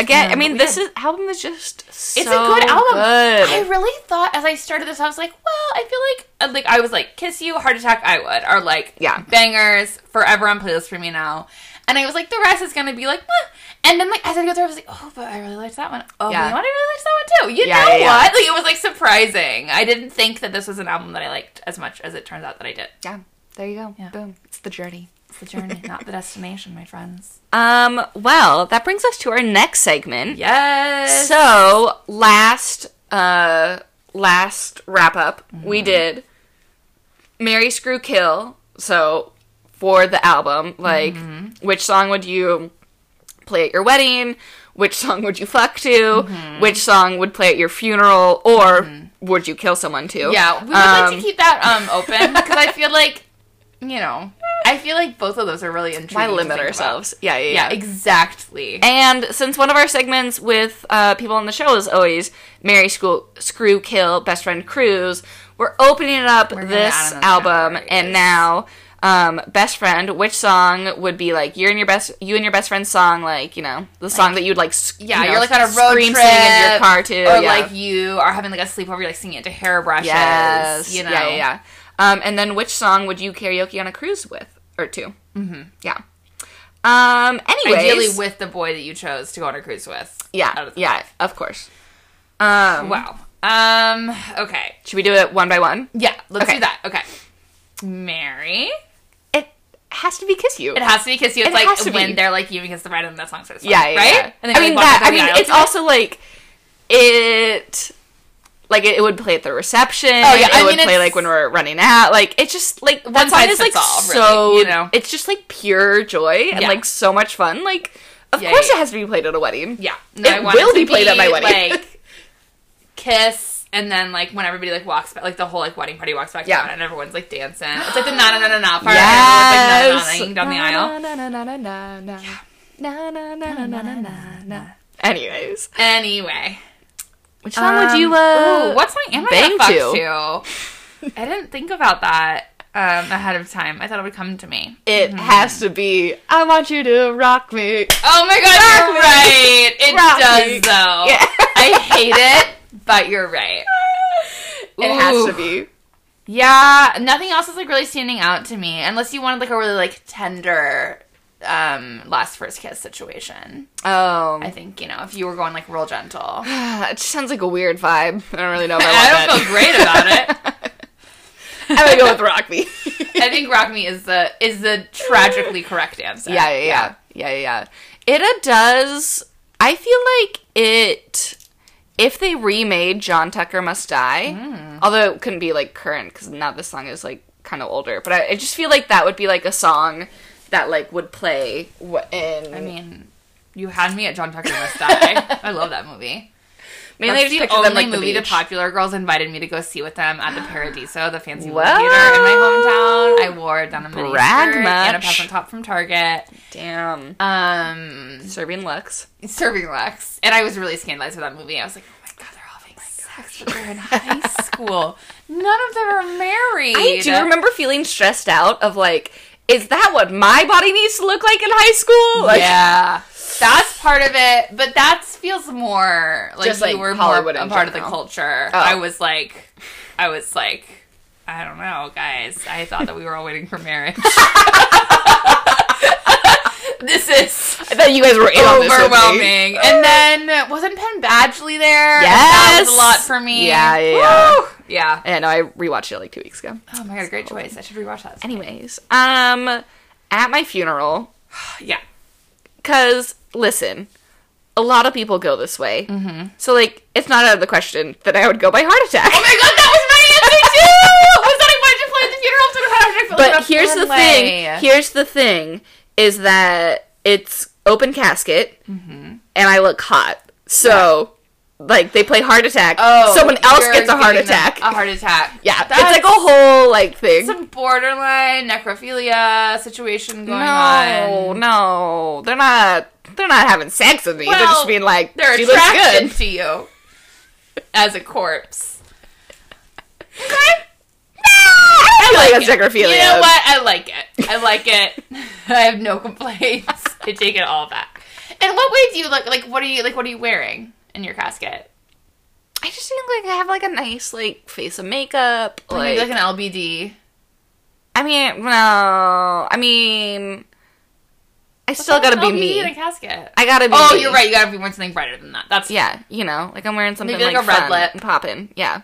Speaker 3: Again, I
Speaker 4: Um,
Speaker 3: mean,
Speaker 4: yeah.
Speaker 3: this is, album is just so
Speaker 4: It's a good album.
Speaker 3: good.
Speaker 4: I really thought as I started this, I was like, well, I feel like like I was like "Kiss You," "Heart Attack," "I Would" are like
Speaker 3: Yeah.
Speaker 4: bangers forever on playlist for me now. And I was like, the rest is gonna be like, meh. and then like as I go through, I was like, oh, but I really liked that one. Oh,
Speaker 3: Yeah.
Speaker 4: you know what? I really liked that one too. You
Speaker 3: Yeah,
Speaker 4: know
Speaker 3: yeah, yeah.
Speaker 4: what? Like it was like surprising. I didn't think that this was an album that I liked as much as it turns out that I did.
Speaker 3: Yeah, there you go.
Speaker 4: Yeah.
Speaker 3: Boom. It's the journey.
Speaker 4: It's the journey, not the destination, my friends.
Speaker 3: Um, well, that brings us to our next segment.
Speaker 4: Yes.
Speaker 3: So, last uh last wrap up we
Speaker 4: Mm-hmm.
Speaker 3: did Mary Screw Kill. So, for the album, like
Speaker 4: Mm-hmm.
Speaker 3: which song would you play at your wedding? Which song would you fuck to?
Speaker 4: Mm-hmm.
Speaker 3: Which song would play at your funeral or would you kill someone to?
Speaker 4: Yeah, we would like
Speaker 3: Um,
Speaker 4: to keep that um open because I feel like, you know, I feel like both of those are really intriguing.
Speaker 3: why
Speaker 4: to
Speaker 3: limit
Speaker 4: think about.
Speaker 3: ourselves? Yeah, yeah,
Speaker 4: Yeah,
Speaker 3: yeah.
Speaker 4: exactly.
Speaker 3: And since one of our segments with uh, people on the show is always Mary School, Screw Kill, Best Friend Cruise, we're opening it up
Speaker 4: gonna
Speaker 3: this
Speaker 4: add another
Speaker 3: album
Speaker 4: category,
Speaker 3: and
Speaker 4: yes.
Speaker 3: now um, Best Friend. Which song would be like your and your best you and your best friend's song? Like you know the song that you'd like. s-
Speaker 4: yeah,
Speaker 3: you know,
Speaker 4: you're like on a road
Speaker 3: scream
Speaker 4: trip,
Speaker 3: singing in your car too,
Speaker 4: or
Speaker 3: yeah.
Speaker 4: like you are having like a sleepover, you're like singing it to hairbrushes.
Speaker 3: yes,
Speaker 4: you know,
Speaker 3: yeah, yeah. yeah. Um, and then which song would you karaoke on a cruise with or to? Mm-hmm. Yeah. Um. Anyways,
Speaker 4: Ideally with the boy that you chose to go on a cruise with. out
Speaker 3: yeah,
Speaker 4: of the
Speaker 3: yeah, of course. Um.
Speaker 4: Wow. Um. Okay.
Speaker 3: Should we do it one by one?
Speaker 4: Yeah. Let's
Speaker 3: Okay.
Speaker 4: do that. Okay. Mary.
Speaker 3: It has to be Kiss You.
Speaker 4: It has to be kiss you. It's
Speaker 3: It
Speaker 4: like
Speaker 3: has to
Speaker 4: when
Speaker 3: be.
Speaker 4: they're like you against the bride and that song starts.
Speaker 3: yeah, yeah,
Speaker 4: right.
Speaker 3: yeah.
Speaker 4: And then
Speaker 3: I mean
Speaker 4: you walk
Speaker 3: that.
Speaker 4: down
Speaker 3: I
Speaker 4: the
Speaker 3: mean,
Speaker 4: aisle
Speaker 3: it's
Speaker 4: to it.
Speaker 3: also like it, like it, it would play at the reception.
Speaker 4: Oh, yeah,
Speaker 3: it
Speaker 4: I
Speaker 3: would
Speaker 4: mean,
Speaker 3: play
Speaker 4: it's-
Speaker 3: like when we're running out. Like it's just like that
Speaker 4: One
Speaker 3: song
Speaker 4: size
Speaker 3: is like
Speaker 4: fits all, really,
Speaker 3: so.
Speaker 4: you know?
Speaker 3: it's just like pure joy and
Speaker 4: Yeah.
Speaker 3: like so much fun. Like of
Speaker 4: Yeah,
Speaker 3: course
Speaker 4: yeah,
Speaker 3: it has to be played at a wedding.
Speaker 4: Yeah, no,
Speaker 3: It
Speaker 4: I want
Speaker 3: will
Speaker 4: to
Speaker 3: be played at my wedding.
Speaker 4: Like kiss, and then like when everybody like walks back, like the whole like wedding party walks back
Speaker 3: Yeah.
Speaker 4: down, and everyone's like dancing. It's like the na na na na na part. and everyone's,
Speaker 3: Yes.
Speaker 4: like, na na na-ing down the aisle.
Speaker 3: aisle. Anyways,
Speaker 4: Anyway,
Speaker 3: which song would you?
Speaker 4: Um,
Speaker 3: Uh,
Speaker 4: ooh, what song am I
Speaker 3: bang
Speaker 4: gonna fuck to? I didn't think about that. um, ahead of time. I thought it would come to me.
Speaker 3: It has to be. I want you to rock me.
Speaker 4: Oh my god, you're right. It
Speaker 3: Rock
Speaker 4: does
Speaker 3: me.
Speaker 4: though.
Speaker 3: Yeah.
Speaker 4: I hate it, but you're right.
Speaker 3: It has to
Speaker 4: Ooh.
Speaker 3: be.
Speaker 4: Yeah, nothing else is like really standing out to me, unless you wanted like a really like tender um last first kiss situation. I
Speaker 3: Um,
Speaker 4: think, you know, if you were going like real gentle.
Speaker 3: it just sounds like a weird vibe. I don't really know if I want
Speaker 4: I don't
Speaker 3: that.
Speaker 4: feel great about it.
Speaker 3: I'm gonna go with rock me.
Speaker 4: I think rock me is the is the tragically correct answer.
Speaker 3: yeah, yeah, yeah, yeah, yeah, yeah. It does. I feel like it. If they remade John Tucker Must Die,
Speaker 4: Mm.
Speaker 3: although it couldn't be like current because now this song is like kind of older, but I, I just feel like that would be like a song that like would play w- in.
Speaker 4: I mean, you had me at John Tucker Must Die. I love that movie.
Speaker 3: mainly I
Speaker 4: That's
Speaker 3: just
Speaker 4: the
Speaker 3: picture
Speaker 4: only
Speaker 3: them like the
Speaker 4: movie the
Speaker 3: beach.
Speaker 4: popular girls invited me to go see with them at the Paradiso, the fancy
Speaker 3: Whoa.
Speaker 4: little theater in my hometown. I wore a denim mini
Speaker 3: Brag
Speaker 4: skirt and a
Speaker 3: much.
Speaker 4: peasant top from Target.
Speaker 3: Damn,
Speaker 4: Um,
Speaker 3: Serbian Lux.
Speaker 4: serving Lex, and I was really scandalized with that movie. I was like, oh my god, they're all having sex, but they're in high school. None of them are married.
Speaker 3: I do remember feeling stressed out of like, is that what my body needs to look like in high school? Like,
Speaker 4: yeah, that's part of it, but that feels more like
Speaker 3: Just,
Speaker 4: you
Speaker 3: like,
Speaker 4: were more
Speaker 3: Hollywood
Speaker 4: a
Speaker 3: in
Speaker 4: part of the
Speaker 3: general.
Speaker 4: culture.
Speaker 3: Oh.
Speaker 4: I was like, I was like, I don't know, guys. I thought that we were all waiting for marriage. this is
Speaker 3: I thought you guys were in on this with me.
Speaker 4: overwhelming. And then wasn't Penn Badgley there? And that was
Speaker 3: Yes!
Speaker 4: a lot for me.
Speaker 3: Yeah, yeah, yeah.
Speaker 4: Woo! yeah.
Speaker 3: Yeah, no, I rewatched it like two weeks ago.
Speaker 4: Oh my god, great choice. I should rewatch that.
Speaker 3: Anyways, um, at my funeral,
Speaker 4: yeah.
Speaker 3: because listen, a lot of people go this way. Mm-hmm. So, like, it's not out of the question that I would go by heart attack.
Speaker 4: Oh my god, that was my answer too. was that I wanted to play at the funeral to the project, but,
Speaker 3: but here's the thing. Here's the thing is that it's open casket, and I look hot. So, like, they play heart attack. someone else
Speaker 4: Oh, you're
Speaker 3: gets Oh, a heart
Speaker 4: giving them
Speaker 3: attack.
Speaker 4: A heart attack.
Speaker 3: yeah,
Speaker 4: that's
Speaker 3: it's like a whole like thing.
Speaker 4: some borderline necrophilia situation going
Speaker 3: no,
Speaker 4: on.
Speaker 3: no, they're not. They're not having sex with me. they're
Speaker 4: Well,
Speaker 3: just being like,
Speaker 4: They're
Speaker 3: she looks
Speaker 4: attracted
Speaker 3: good.
Speaker 4: to you as a corpse.
Speaker 3: I feel like that's necrophilia.
Speaker 4: You know what? I like it. I like it. I have no complaints. I take it all back. And what way do you look? Like, what are you like? What are you wearing in your casket?
Speaker 3: I just think like I have like a nice like face of makeup.
Speaker 4: Like,
Speaker 3: Like,
Speaker 4: like an LBD.
Speaker 3: I mean, no, I mean, I still
Speaker 4: What's
Speaker 3: gotta
Speaker 4: wrong
Speaker 3: be
Speaker 4: with LBD in a
Speaker 3: me.
Speaker 4: casket.
Speaker 3: I gotta be.
Speaker 4: Oh,
Speaker 3: me.
Speaker 4: you're right. You gotta be wearing something brighter than that. That's
Speaker 3: Yeah, you know, like I'm wearing something
Speaker 4: Maybe, like,
Speaker 3: like,
Speaker 4: a red
Speaker 3: fun
Speaker 4: lip.
Speaker 3: and poppin'. Yeah.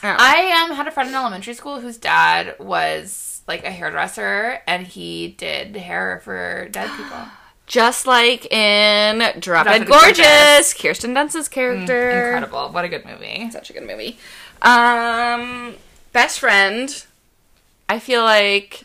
Speaker 3: I don't know.
Speaker 4: I um had a friend in elementary school whose dad was like a hairdresser, and he did hair for dead people.
Speaker 3: just like in Drop,
Speaker 4: Drop
Speaker 3: Dead
Speaker 4: It
Speaker 3: Gorgeous,
Speaker 4: Gorgeous.
Speaker 3: Kirsten Dunst's character.
Speaker 4: Incredible! What a good movie.
Speaker 3: Such a good movie. Um, best friend. I feel like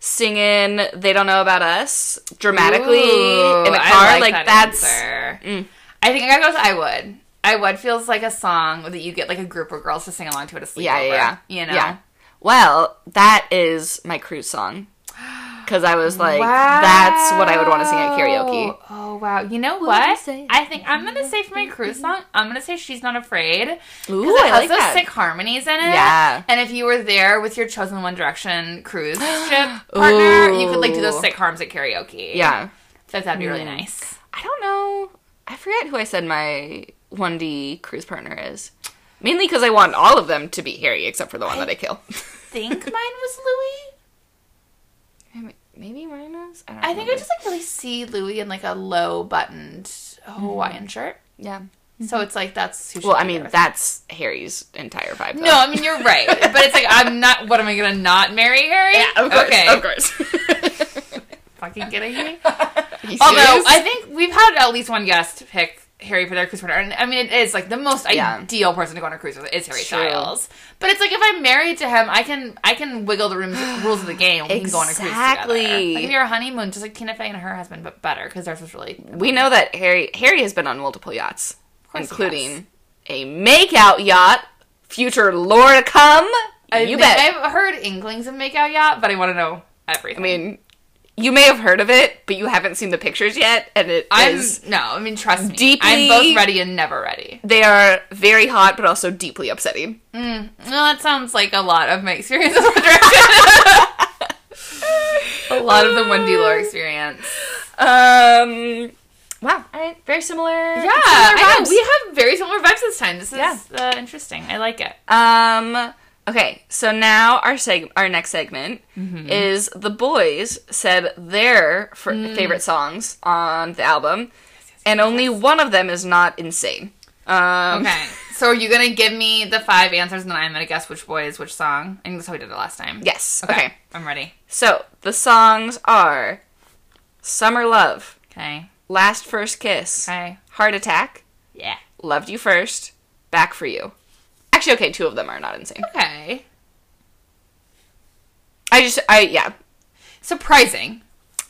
Speaker 3: singing "They Don't Know About Us" dramatically in
Speaker 4: Ooh,
Speaker 3: a
Speaker 4: I
Speaker 3: car. Like, that's
Speaker 4: answer.
Speaker 3: Mm.
Speaker 4: I think I gotta go with I would. I would feels like a song that you get like a group of girls to sing along to at a sleepover.
Speaker 3: yeah, yeah, yeah.
Speaker 4: You know.
Speaker 3: Yeah. Well, that is my cruise song because I was like, that's what I would want to sing at karaoke.
Speaker 4: Wow. Oh wow! You know
Speaker 3: would you
Speaker 4: what?
Speaker 3: say?
Speaker 4: I think I'm gonna say for my cruise song, I'm gonna say "She's Not Afraid" because
Speaker 3: Ooh,
Speaker 4: it
Speaker 3: I
Speaker 4: has
Speaker 3: like
Speaker 4: those
Speaker 3: that.
Speaker 4: sick harmonies in it.
Speaker 3: Yeah.
Speaker 4: And if you were there with your chosen One Direction cruise ship partner, you could like do those
Speaker 3: Ooh.
Speaker 4: sick harms at karaoke.
Speaker 3: Yeah.
Speaker 4: so that'd be really nice.
Speaker 3: I don't know. I forget who I said my 1D cruise partner is. Mainly because I want all of them to be hairy except for the one that I kill.
Speaker 4: think mine was Louis.
Speaker 3: Maybe mine is. I, don't
Speaker 4: I think I
Speaker 3: remember.
Speaker 4: just like really see Louis in like a low buttoned Hawaiian shirt.
Speaker 3: Yeah.
Speaker 4: So it's like that's who should
Speaker 3: Well, I
Speaker 4: be there
Speaker 3: mean,
Speaker 4: with me.
Speaker 3: that's Harry's entire vibe. Though.
Speaker 4: No, I mean you're right, but it's like I'm not. What am I gonna not marry Harry?
Speaker 3: Yeah, of course.
Speaker 4: Okay,
Speaker 3: Of course.
Speaker 4: fucking kidding me.
Speaker 3: Are you
Speaker 4: Although
Speaker 3: serious?
Speaker 4: I think we've had at least one guest pick Harry for their cruise partner, and I mean it is like the most
Speaker 3: Yeah.
Speaker 4: ideal person to go on a cruise with is Harry
Speaker 3: True.
Speaker 4: Styles. But it's like if I'm married to him, I can I can wiggle the rooms, rules of the game. We can go on a cruise together.
Speaker 3: Exactly.
Speaker 4: Like if you're a honeymoon, just like Tina Fey and her husband, but better because theirs was really
Speaker 3: we know that Harry Harry has been on multiple yachts,
Speaker 4: course he has.
Speaker 3: including a makeout yacht. Future lore to come. you
Speaker 4: think
Speaker 3: bet.
Speaker 4: I've heard inklings of Makeout Yacht, but I want to know everything.
Speaker 3: I mean, you may have heard of it, but you haven't seen the pictures yet, and it
Speaker 4: I'm
Speaker 3: is-
Speaker 4: no, I mean trust me. I'm
Speaker 3: Deeply-
Speaker 4: both ready and never ready.
Speaker 3: they are very hot, but also deeply upsetting.
Speaker 4: No, that sounds like a lot of my experience with One Direction. a lot of the Wendy Lore experience.
Speaker 3: Um, wow. All right. Very similar.
Speaker 4: Yeah, I know. We have very similar vibes this time. This is
Speaker 3: Yeah.
Speaker 4: uh, interesting. I like it.
Speaker 3: Um. Okay, so now our seg- our next segment
Speaker 4: Mm-hmm.
Speaker 3: is the boys said their f-
Speaker 4: Mm.
Speaker 3: favorite songs on the album, and only one of them is not insane. Um,
Speaker 4: Okay. so are you gonna give me the five answers and then I'm gonna guess which boy is which song? I think that's how we did it last time.
Speaker 3: Yes.
Speaker 4: Okay.
Speaker 3: okay.
Speaker 4: I'm ready.
Speaker 3: So the songs are "Summer Love,"
Speaker 4: Okay.
Speaker 3: "Last First Kiss,"
Speaker 4: Okay.
Speaker 3: "Heart Attack,"
Speaker 4: Yeah.
Speaker 3: "Loved You First," "Back for You." Actually, okay, two of them are not insane.
Speaker 4: Okay.
Speaker 3: I just, I yeah,
Speaker 4: Surprising.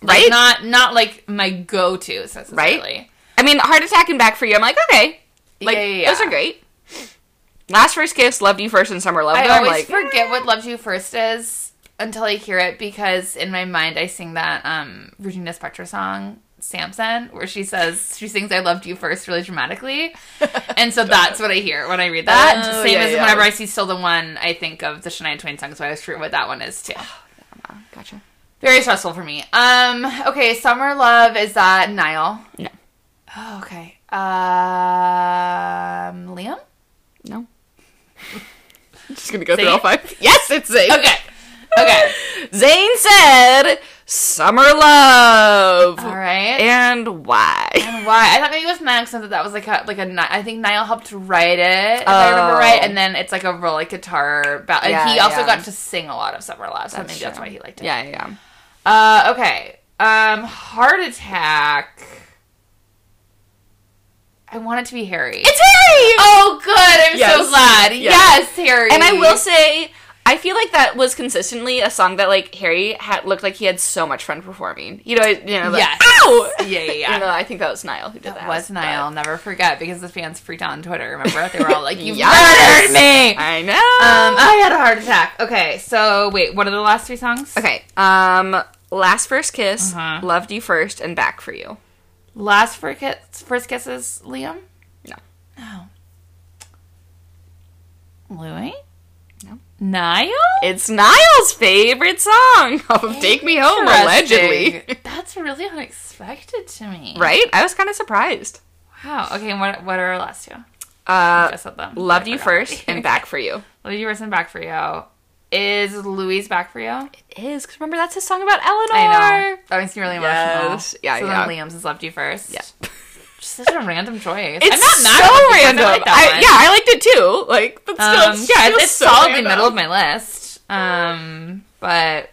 Speaker 4: Like,
Speaker 3: right,
Speaker 4: Not not like my go tos necessarily.
Speaker 3: I mean, "Heart Attack" and "Back for You," I'm like, okay, like
Speaker 4: Yeah, yeah,
Speaker 3: those
Speaker 4: yeah.
Speaker 3: are great. Last first kiss, loved you first, and summer love.
Speaker 4: I
Speaker 3: I'm
Speaker 4: always
Speaker 3: like,
Speaker 4: forget what "Loved You First is until I hear it because in my mind I sing that um Regina Spektor song Samson where she says she sings I loved you first really dramatically. and so that's what I hear when I read that.
Speaker 3: Oh,
Speaker 4: Same
Speaker 3: yeah,
Speaker 4: as
Speaker 3: yeah.
Speaker 4: whenever I see Still the One, I think of the Shania Twain song, so I was true what that one is too.
Speaker 3: "Ah, gotcha.
Speaker 4: Very stressful for me. Um okay, Summer Love is that Niall?
Speaker 3: No.
Speaker 4: Oh, okay. Um Liam?
Speaker 3: No. Just gonna go
Speaker 4: Zane?
Speaker 3: through all five. Yes, it's Zane.
Speaker 4: Okay. Okay.
Speaker 3: Zane said, "Summer love."
Speaker 4: All right.
Speaker 3: And why?
Speaker 4: And why? I thought maybe it was Max and that that was like a like a. Ni- I think Niall helped write it, if I remember
Speaker 3: Oh.
Speaker 4: right. And then it's like a real like guitar. Ba- and
Speaker 3: Yeah,
Speaker 4: he also
Speaker 3: yeah.
Speaker 4: got to sing a lot of Summer Love, so maybe that's
Speaker 3: true.
Speaker 4: why he liked it.
Speaker 3: Yeah, yeah, yeah.
Speaker 4: Uh, okay. Um, heart attack. I want it to be Harry.
Speaker 3: It's Harry.
Speaker 4: oh, good! I'm
Speaker 3: Yes.
Speaker 4: so glad. Yes.
Speaker 3: Yes.
Speaker 4: Harry.
Speaker 3: And I will say, I feel like that was consistently a song that like Harry had looked like he had so much fun performing. You know, it- you know, like,
Speaker 4: Yes.
Speaker 3: ow.
Speaker 4: Yeah, yeah, yeah.
Speaker 3: You know, I think that was Niall who did that.
Speaker 4: That was Niall. I'll never forget because the fans freaked out on Twitter. Remember, they were all like, "You
Speaker 3: Yes.
Speaker 4: murdered me."
Speaker 3: but- I know.
Speaker 4: Um, I had a heart attack. Okay, so wait, what are the last three songs?
Speaker 3: okay. Um, last first kiss,
Speaker 4: Uh-huh.
Speaker 3: loved you first, and back for you.
Speaker 4: Last first kiss, first kiss is Liam?
Speaker 3: No.
Speaker 4: No. Louis?
Speaker 3: No.
Speaker 4: Niall?
Speaker 3: It's Niall's favorite song off of Take Me Home, allegedly.
Speaker 4: Interesting. That's really unexpected to me.
Speaker 3: Right? I was kind of surprised.
Speaker 4: Wow. Okay, and what, what are our last two? I
Speaker 3: Uh,
Speaker 4: just said them.
Speaker 3: loved
Speaker 4: I
Speaker 3: you
Speaker 4: forgot.
Speaker 3: first and back for you.
Speaker 4: Love you first and back for you. Is Louis back for you?
Speaker 3: It is because remember that's his song about Eleanor.
Speaker 4: I know. That makes me really emotional.
Speaker 3: Yes. Yeah,
Speaker 4: so
Speaker 3: yeah.
Speaker 4: then Liam's is Loved You First.
Speaker 3: Yeah.
Speaker 4: Just such a random choice.
Speaker 3: It's
Speaker 4: I'm not mad at
Speaker 3: so
Speaker 4: Loved You First.
Speaker 3: random.
Speaker 4: I like that
Speaker 3: I-
Speaker 4: one.
Speaker 3: yeah, I liked it too. Like, but still,
Speaker 4: Um,
Speaker 3: it's
Speaker 4: yeah,
Speaker 3: still
Speaker 4: it's, it's
Speaker 3: so
Speaker 4: solidly
Speaker 3: random.
Speaker 4: middle of my list. Um, but
Speaker 3: I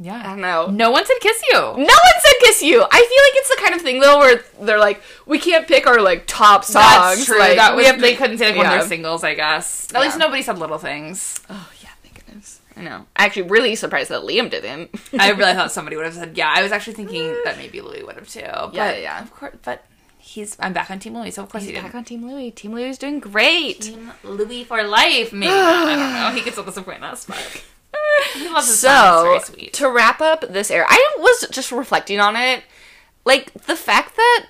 Speaker 4: yeah, Mm,
Speaker 3: don't know.
Speaker 4: no one said kiss you.
Speaker 3: No one said kiss you. I feel like it's the kind of thing though where they're like, we can't pick our like top songs.
Speaker 4: That's true.
Speaker 3: Like,
Speaker 4: that
Speaker 3: we
Speaker 4: was,
Speaker 3: have to-
Speaker 4: they couldn't say like one of
Speaker 3: yeah.
Speaker 4: their singles, I guess. At least
Speaker 3: Yeah.
Speaker 4: nobody said little things.
Speaker 3: Oh yeah, thank goodness. I know. Actually, really surprised that Liam didn't.
Speaker 4: I really thought somebody would have said yeah. I was actually thinking that maybe Louis would have too. But
Speaker 3: Yeah, yeah.
Speaker 4: Of course, but he's. I'm back on Team Louis, so of course
Speaker 3: He's
Speaker 4: he didn't.
Speaker 3: back on Team Louis. Team Louis is doing great.
Speaker 4: Team Louis for life. Maybe I don't know. He could still disappoint us, but he loves his song.
Speaker 3: So
Speaker 4: It's very sweet.
Speaker 3: to wrap up this era, I was just reflecting on it, like the fact that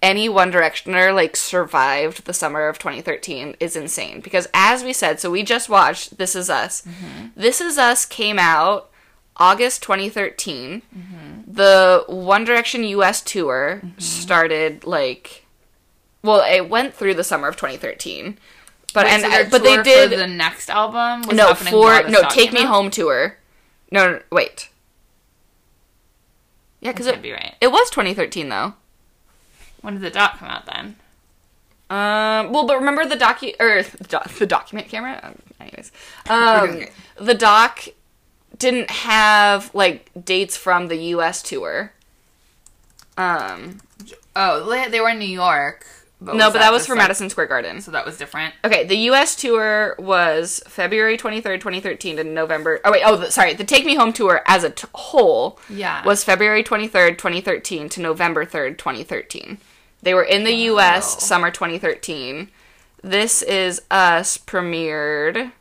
Speaker 3: any One Directioner like survived the summer of 2013 is insane. Because as we said, so we just watched This Is Us.
Speaker 4: Mm-hmm.
Speaker 3: This Is Us came out August 2013.
Speaker 4: Mm-hmm.
Speaker 3: The One Direction U.S. tour started like, well, it went through the summer of 2013. But
Speaker 4: Wait,
Speaker 3: and
Speaker 4: so their
Speaker 3: but they
Speaker 4: tour for
Speaker 3: did
Speaker 4: the next album. Was
Speaker 3: no
Speaker 4: happening
Speaker 3: for
Speaker 4: while this
Speaker 3: no
Speaker 4: song
Speaker 3: take
Speaker 4: came
Speaker 3: me
Speaker 4: out?
Speaker 3: home tour no, no, no, wait yeah because
Speaker 4: That
Speaker 3: it,
Speaker 4: can't be right.
Speaker 3: it was 2013 though
Speaker 4: When did the doc come out then?
Speaker 3: um well but remember the docu or the, doc, the document camera um,
Speaker 4: Oh,
Speaker 3: anyways
Speaker 4: Uh,
Speaker 3: um the doc didn't have like dates from the us tour um
Speaker 4: Oh, they- they were in New York. But
Speaker 3: no but that was
Speaker 4: just
Speaker 3: for
Speaker 4: like-
Speaker 3: madison square garden
Speaker 4: So that was different.
Speaker 3: Okay, the U.S. tour was February 23rd, 2013 to November. Oh, wait, oh, the, sorry. The Take Me Home tour as a t- whole
Speaker 4: Yeah.
Speaker 3: was February 23rd, 2013 to November 3rd, 2013. They were in the U.S. summer 2013. This is Us premiered.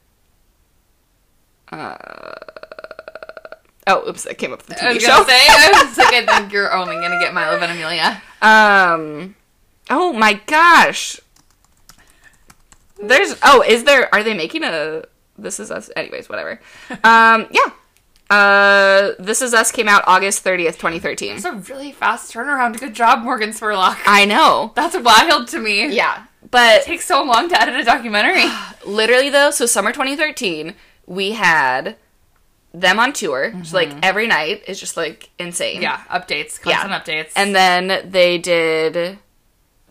Speaker 3: Uh, oh, oops, that came up with the
Speaker 4: I
Speaker 3: TV
Speaker 4: was
Speaker 3: show.
Speaker 4: gonna say, I was like, I think you're only gonna get Milo and Amelia.
Speaker 3: Um. Oh my gosh. There's. Oh, is there? Are they making a? This is us. Anyways, whatever. Um. Yeah. Uh, This Is Us came out August 30th, 2013.
Speaker 4: It's a really fast turnaround. Good job, Morgan Spurlock.
Speaker 3: I know.
Speaker 4: That's wild to me.
Speaker 3: Yeah. But
Speaker 4: It takes so long to edit a documentary.
Speaker 3: literally though so summer 2013 we had them on tour so like every night is just like insane
Speaker 4: yeah, updates, constant updates.
Speaker 3: and then they did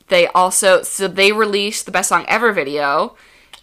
Speaker 3: they also so they released the best song ever video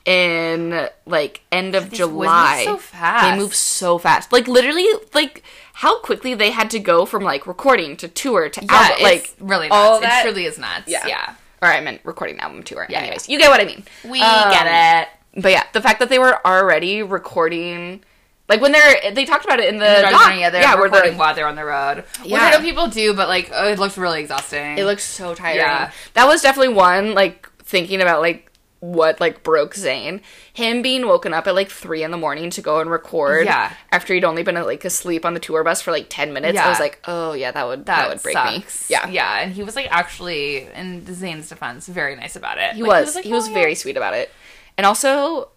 Speaker 3: in like end of
Speaker 4: These women move
Speaker 3: july
Speaker 4: so fast.
Speaker 3: they move so fast like literally like how quickly they had to go from like recording to tour to
Speaker 4: yeah,
Speaker 3: album like
Speaker 4: it's really nuts.
Speaker 3: all
Speaker 4: it
Speaker 3: that-
Speaker 4: truly is nuts. Yeah.
Speaker 3: or I meant recording the album tour.
Speaker 4: Yeah,
Speaker 3: Anyways, you get what I mean.
Speaker 4: We
Speaker 3: Um,
Speaker 4: get it.
Speaker 3: But yeah, the fact that they were already recording, like when they're they talked about it in the,
Speaker 4: The
Speaker 3: doc,
Speaker 4: documentary, yeah, they're
Speaker 3: yeah, where
Speaker 4: recording
Speaker 3: they're,
Speaker 4: while they're on the road. Which
Speaker 3: Yeah.
Speaker 4: I know people do, but like, oh, it looks really exhausting.
Speaker 3: it looks so tiring.
Speaker 4: Yeah.
Speaker 3: That was definitely one like thinking about like what like broke Zayn, him being woken up at like three in the morning to go and record.
Speaker 4: Yeah.
Speaker 3: after he'd only been like asleep on the tour bus for like ten minutes, I
Speaker 4: Yeah.
Speaker 3: was like, oh yeah, that would that, would break
Speaker 4: sucks.
Speaker 3: me. Yeah,
Speaker 4: yeah. And he was like, actually, in Zane's defense, very nice about it.
Speaker 3: He
Speaker 4: Like,
Speaker 3: was. He was,
Speaker 4: like, "Oh, yeah."
Speaker 3: very sweet about it. And also,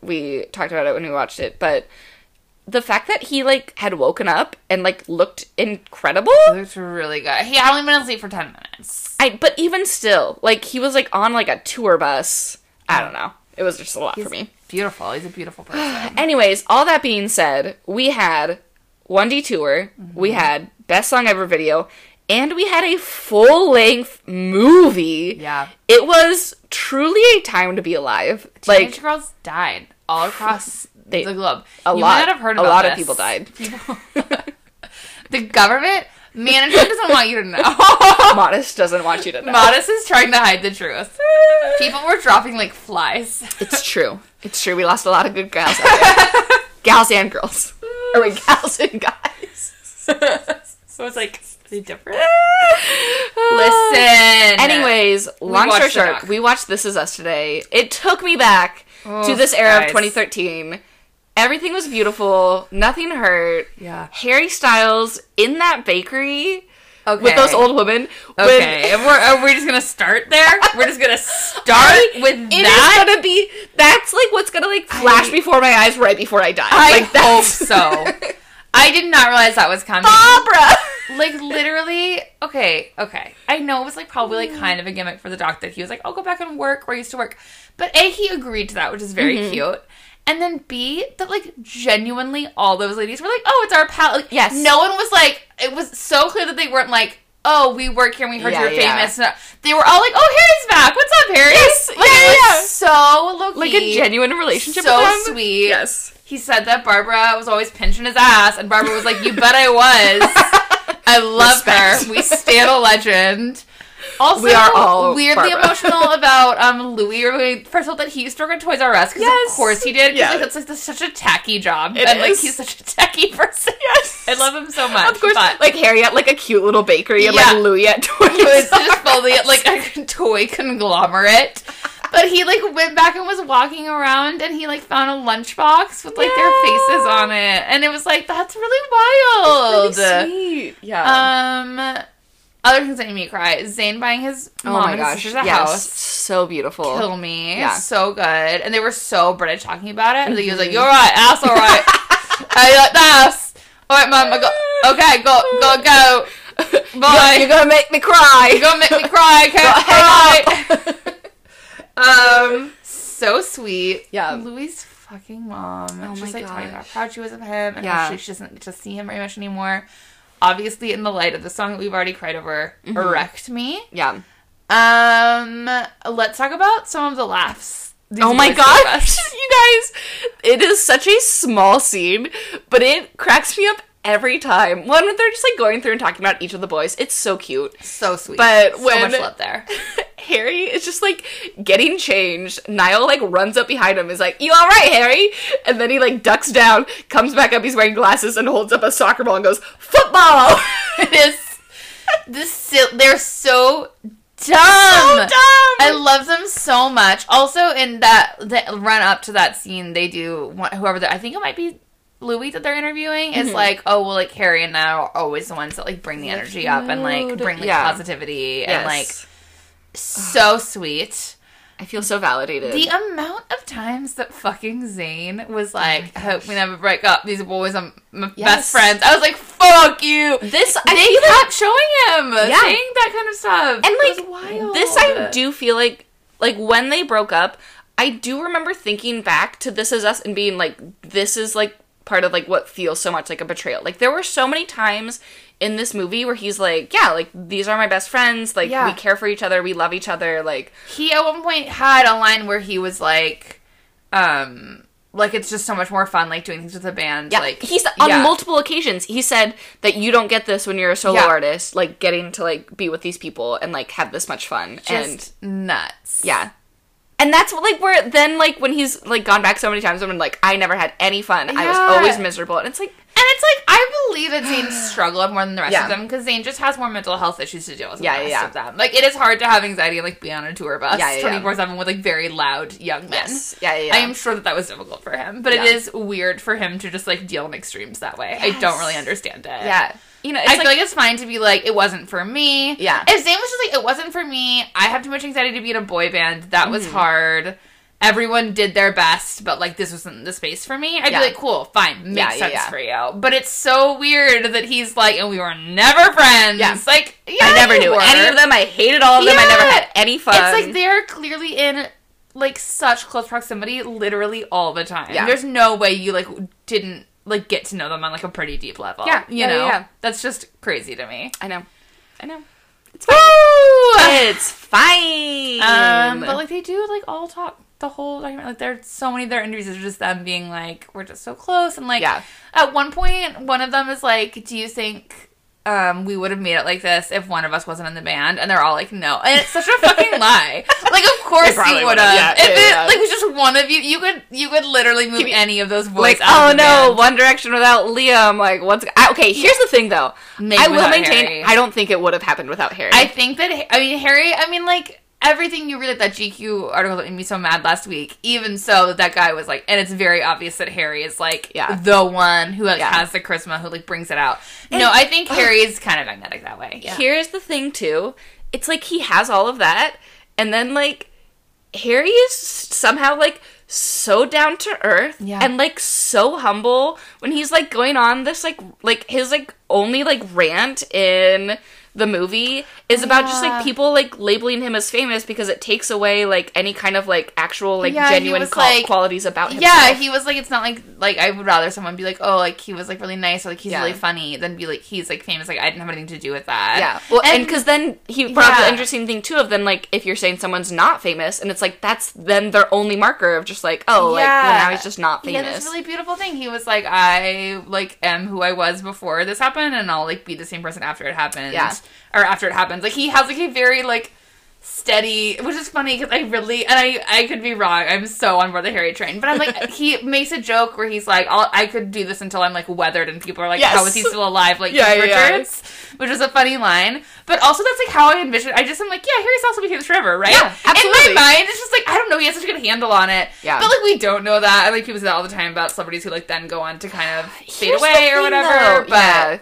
Speaker 3: we talked about it when we watched it, but the fact that he like had woken up and like looked incredible.
Speaker 4: It looks really good. He had only been asleep for ten minutes.
Speaker 3: I but even still, like he was like on like a tour bus. I don't know. It was just a lot for me.
Speaker 4: Beautiful. He's a beautiful person.
Speaker 3: Anyways, all that being said, we had 1D tour,
Speaker 4: Mm-hmm.
Speaker 3: we had best song ever video, and we had a full length movie.
Speaker 4: Yeah.
Speaker 3: It was truly a time to be alive.
Speaker 4: Teenage
Speaker 3: like
Speaker 4: girls died all across
Speaker 3: They-
Speaker 4: the globe.
Speaker 3: a
Speaker 4: you
Speaker 3: lot-
Speaker 4: might not have heard
Speaker 3: a
Speaker 4: about
Speaker 3: lot of
Speaker 4: this.
Speaker 3: people died.
Speaker 4: People- the government management doesn't want you to know.
Speaker 3: Modest doesn't want you to know.
Speaker 4: Modest is trying to hide the truth. People were dropping like flies.
Speaker 3: It's true. It's true. We lost a lot of good gals. out there. gals and girls. Or wait, gals and guys.
Speaker 4: So it's like different. Listen.
Speaker 3: Anyways, long story
Speaker 4: watched the
Speaker 3: short,
Speaker 4: doc.
Speaker 3: we watched This Is Us today. It took me back to this era of
Speaker 4: Oh, guys.
Speaker 3: 2013. Everything was beautiful. Nothing hurt.
Speaker 4: Yeah.
Speaker 3: Harry Styles in that bakery
Speaker 4: Okay.
Speaker 3: with those old women. with-
Speaker 4: Okay. and we're, are we just gonna start there? We're just gonna start
Speaker 3: I-
Speaker 4: with
Speaker 3: It
Speaker 4: that.
Speaker 3: is gonna be. That's like what's gonna like flash
Speaker 4: I-
Speaker 3: before my eyes right before I die.
Speaker 4: I
Speaker 3: like
Speaker 4: hope
Speaker 3: that's-
Speaker 4: so. I did not realize that was coming.
Speaker 3: Barbara.
Speaker 4: Like literally, okay, okay. I know it was like probably like kind of a gimmick for the doc that he was like, "I'll go back and work where I used to work," but a he agreed to that, which is very
Speaker 3: Mm-hmm.
Speaker 4: cute. And then B that like genuinely all those ladies were like, "Oh, it's our pal." Like,
Speaker 3: Yes.
Speaker 4: No one was like. It was so clear that they weren't like, "Oh, we work here. and We heard
Speaker 3: Yeah,
Speaker 4: you're
Speaker 3: yeah.
Speaker 4: famous." No. They were all like, "Oh, Harry's back. What's up, Harry?"
Speaker 3: Yes,
Speaker 4: Like,
Speaker 3: yeah,
Speaker 4: it was
Speaker 3: yeah.
Speaker 4: so low
Speaker 3: like a genuine relationship
Speaker 4: so
Speaker 3: with them.
Speaker 4: sweet.
Speaker 3: Yes.
Speaker 4: He said that Barbara was always pinching his ass, and Barbara was like, "You bet I was. I love
Speaker 3: Respect.
Speaker 4: her. We stand a legend." Also,
Speaker 3: We are all
Speaker 4: weirdly
Speaker 3: Barbara.
Speaker 4: emotional about um Louis. Louis- First of all, that he used to work at Toys R Us because
Speaker 3: Yes.
Speaker 4: of course he did. 'cause,
Speaker 3: Yeah.
Speaker 4: like, that's like that's such a tacky job,
Speaker 3: It
Speaker 4: and like
Speaker 3: is.
Speaker 4: he's such a tacky person. Yes, I love him so much.
Speaker 3: Of course,
Speaker 4: but
Speaker 3: like Harry at like a cute little bakery and
Speaker 4: Yeah.
Speaker 3: like Louis at Toys
Speaker 4: it was
Speaker 3: R Us.
Speaker 4: just fully like a toy conglomerate. But he like went back and was walking around and he like found a lunchbox with like their
Speaker 3: Yeah.
Speaker 4: faces on it. And it was like, that's really wild.
Speaker 3: sweet. Yeah.
Speaker 4: Um other things that made me cry. Zayn buying his
Speaker 3: oh
Speaker 4: mom
Speaker 3: my
Speaker 4: and
Speaker 3: gosh,
Speaker 4: sisters a
Speaker 3: yes,
Speaker 4: house.
Speaker 3: so beautiful.
Speaker 4: Kill me.
Speaker 3: Yeah. Mm-hmm.
Speaker 4: So good. And they were so British talking about it. And he was like, You're right, ass all right. I got ass. Alright, mom, I got okay, go go go. Bye.
Speaker 3: You're, you're gonna make me cry.
Speaker 4: You're gonna make me cry. Can't cry. Um, so sweet.
Speaker 3: Yeah.
Speaker 4: Louis' fucking mom.
Speaker 3: Oh
Speaker 4: She's
Speaker 3: my
Speaker 4: like talking about
Speaker 3: gosh.
Speaker 4: how proud she was of him and
Speaker 3: Yeah.
Speaker 4: how she, she doesn't get to see him very much anymore. Obviously, in the light of the song that we've already cried over, "Erect Me."
Speaker 3: yeah.
Speaker 4: Um, let's talk about some of the laughs. These
Speaker 3: Oh my
Speaker 4: boys gave
Speaker 3: gosh,
Speaker 4: us.
Speaker 3: you guys! It is such a small scene, but it cracks me up every time. One, when they're just like going through and talking about each of the boys. It's so cute.
Speaker 4: so sweet.
Speaker 3: But
Speaker 4: so
Speaker 3: when-
Speaker 4: much love there.
Speaker 3: Harry is just like getting changed. Niall like runs up behind him, is like, You alright, Harry? And then he like ducks down, comes back up, he's wearing glasses, and holds up a soccer ball and goes, Football!
Speaker 4: It is this. sil- They're so dumb.
Speaker 3: so dumb!
Speaker 4: I love them so much. Also, in that the run up to that scene, they do want- whoever the, I think it might be Louis that they're interviewing is like, oh well, like Harry and I are always the ones that like bring the energy up and like
Speaker 3: mood.
Speaker 4: bring like
Speaker 3: Yeah.
Speaker 4: positivity and
Speaker 3: Yes.
Speaker 4: like so sweet.
Speaker 3: I feel so validated.
Speaker 4: The amount of times that fucking Zayn was like, I hope we never break up. These boys are my best
Speaker 3: Yes.
Speaker 4: friends. I was like, fuck you.
Speaker 3: this I
Speaker 4: they
Speaker 3: feel like-
Speaker 4: kept showing him,
Speaker 3: Yeah.
Speaker 4: saying that kind of stuff.
Speaker 3: and
Speaker 4: It
Speaker 3: like
Speaker 4: was wild.
Speaker 3: this i do feel like like when they broke up i do remember thinking back to this is us and being like this is like part of like what feels so much like a betrayal like there were so many times in this movie where he's like yeah like these are my best friends like
Speaker 4: Yeah.
Speaker 3: we care for each other we love each other like
Speaker 4: He at one point had a line where he was like, um, like it's just so much more fun, like doing things with a band.
Speaker 3: yeah
Speaker 4: like
Speaker 3: like he's on
Speaker 4: yeah.
Speaker 3: multiple occasions he said that you don't get this when you're a solo
Speaker 4: Yeah.
Speaker 3: artist like getting to like be with these people and like have this much fun and
Speaker 4: just nuts.
Speaker 3: Yeah. And that's what, like where then like when he's like gone back so many times, I'm like I never had any fun. I was
Speaker 4: Yeah.
Speaker 3: always miserable, and it's like
Speaker 4: And it's like I believe that Zayn struggled more than the rest
Speaker 3: Yeah.
Speaker 4: of them because Zayn just has more mental health issues to deal with. Than
Speaker 3: Yeah,
Speaker 4: the rest
Speaker 3: yeah,
Speaker 4: of them. Like it is hard to have anxiety and like be on a tour bus
Speaker 3: Yeah, yeah, yeah.
Speaker 4: twenty four seven with like very loud young men.
Speaker 3: yes, yeah, yeah. yeah.
Speaker 4: I am sure that that was difficult for him, but
Speaker 3: Yeah.
Speaker 4: it is weird for him to just like deal in extremes that way. I don't really
Speaker 3: Yes.
Speaker 4: understand it.
Speaker 3: yeah, you know, it's
Speaker 4: I
Speaker 3: like,
Speaker 4: feel like it's fine to be like, it wasn't for me.
Speaker 3: Yeah.
Speaker 4: If Zayn was just like, it wasn't for me, I have too much anxiety to be in a boy band, that
Speaker 3: Mm-hmm.
Speaker 4: was hard. Everyone did their best, but like this wasn't the space for me. I'd
Speaker 3: Yeah.
Speaker 4: be like, cool, fine, makes
Speaker 3: Yeah, yeah,
Speaker 4: sense
Speaker 3: yeah.
Speaker 4: for you. But it's so weird that he's like, and we were never friends.
Speaker 3: Yeah.
Speaker 4: Like, yeah,
Speaker 3: I never
Speaker 4: you
Speaker 3: knew
Speaker 4: were.
Speaker 3: any of them. I hated all of them. I never
Speaker 4: Yeah.
Speaker 3: had any fun.
Speaker 4: It's like they're clearly in like such close proximity, literally all the time.
Speaker 3: Yeah.
Speaker 4: There's no way you like didn't like get to know them on like a pretty deep level.
Speaker 3: Yeah,
Speaker 4: you
Speaker 3: yeah,
Speaker 4: know,
Speaker 3: yeah.
Speaker 4: that's just crazy to me.
Speaker 3: I know, I know,
Speaker 4: It's fine.
Speaker 3: it's fine.
Speaker 4: Um, but like they do like all talk the whole document. Like there's so many of their interviews are just them being like, we're just so close, and like
Speaker 3: Yeah.
Speaker 4: at one point, one of them is like, do you think? Um, we would have made it like this if one of us wasn't in the band, and they're all like, "No," and it's such a fucking lie. Like, of course you
Speaker 3: probably
Speaker 4: would
Speaker 3: would've,
Speaker 4: have.
Speaker 3: yeah,
Speaker 4: if
Speaker 3: yeah,
Speaker 4: it
Speaker 3: yeah.
Speaker 4: like was just one of you, you could you could literally move
Speaker 3: you-
Speaker 4: any of those boys.
Speaker 3: like
Speaker 4: out
Speaker 3: oh
Speaker 4: of the
Speaker 3: no,
Speaker 4: band.
Speaker 3: One Direction without Liam. Like what's I- okay? Here's the thing though.
Speaker 4: Maybe
Speaker 3: I will
Speaker 4: without
Speaker 3: maintain.
Speaker 4: Harry.
Speaker 3: I don't think it would have happened without Harry.
Speaker 4: I think that I mean Harry. I mean like everything you read like, that GQ article that made me so mad last week. Even so, that guy was like, and it's very obvious that Harry is like
Speaker 3: Yeah.
Speaker 4: the one who like,
Speaker 3: Yeah.
Speaker 4: has the charisma, who like brings it out. no, I think Harry's kind of magnetic that way. Yeah.
Speaker 3: Here's the thing too. It's like he has all of that and then like Harry is somehow like so down to earth
Speaker 4: Yeah.
Speaker 3: and like so humble when he's like going on this like like his like only like rant in the movie is about just
Speaker 4: Yeah.
Speaker 3: like people like labeling him as famous because it takes away like any kind of like actual like
Speaker 4: Yeah, he
Speaker 3: genuine
Speaker 4: was,
Speaker 3: qual-
Speaker 4: like-
Speaker 3: qualities about himself.
Speaker 4: Yeah, he was like, it's not like like I would rather someone be like, oh, like he was like really nice or like he's
Speaker 3: Yeah.
Speaker 4: really funny, than be like he's like famous. Like I didn't have anything to do with that.
Speaker 3: Yeah. Well, and because then he brought up
Speaker 4: Yeah.
Speaker 3: the interesting thing too of then like if you're saying someone's not famous and it's like that's then their only marker of just like oh like well, now he's just not famous.
Speaker 4: Yeah, this really beautiful thing. He was like, I like am who I was before this happened, and I'll like be the same person after it happens.
Speaker 3: Yeah.
Speaker 4: or after it happens. Like he has like a very like steady, which is funny because I really and I I could be wrong. I'm so on board the Harry train, but I'm like he makes a joke where he's like, I'll, I could do this until I'm like weathered, and people are like,
Speaker 3: Yes.
Speaker 4: how is he still alive? Like
Speaker 3: Yeah,
Speaker 4: Keith
Speaker 3: yeah, yeah.
Speaker 4: Richards, which is a funny line. But also that's like how I envision. I just am like, yeah, Harry's also became Trevor, right?
Speaker 3: Yeah,
Speaker 4: In
Speaker 3: absolutely.
Speaker 4: my mind, it's just like I don't know. He has such a good handle on it.
Speaker 3: Yeah.
Speaker 4: but like we don't know that. I like people say that all the time about celebrities who like then go on to kind of fade
Speaker 3: Here's the
Speaker 4: away or
Speaker 3: thing,
Speaker 4: whatever.
Speaker 3: though.
Speaker 4: But
Speaker 3: Yeah.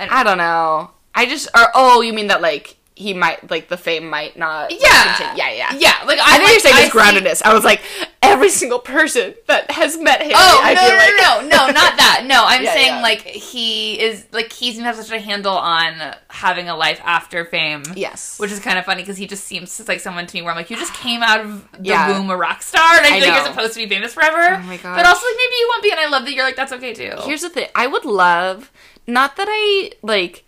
Speaker 3: I don't know. I just or oh you mean that like he might like the fame might not like,
Speaker 4: Yeah.
Speaker 3: continue. yeah yeah
Speaker 4: yeah, like
Speaker 3: I
Speaker 4: I'm,
Speaker 3: think
Speaker 4: like,
Speaker 3: you're saying his
Speaker 4: I see-
Speaker 3: groundedness. I was like every single person that has met Harry.
Speaker 4: Oh
Speaker 3: I
Speaker 4: no,
Speaker 3: feel
Speaker 4: no,
Speaker 3: like,
Speaker 4: no, no, no, not that. No, I'm
Speaker 3: Yeah,
Speaker 4: saying
Speaker 3: yeah.
Speaker 4: like he is like he's gonna have such a handle on having a life after fame.
Speaker 3: Yes.
Speaker 4: which is kind of funny because he just seems like someone to me where I'm like, you just came out of the
Speaker 3: Yeah.
Speaker 4: womb a rock star, and I
Speaker 3: I
Speaker 4: feel like you're
Speaker 3: know.
Speaker 4: supposed to be famous forever.
Speaker 3: Oh my
Speaker 4: But
Speaker 3: gosh.
Speaker 4: also, like maybe you won't be, and I love that you're like that's okay too.
Speaker 3: Oh. Here's the thing. I would love not that I like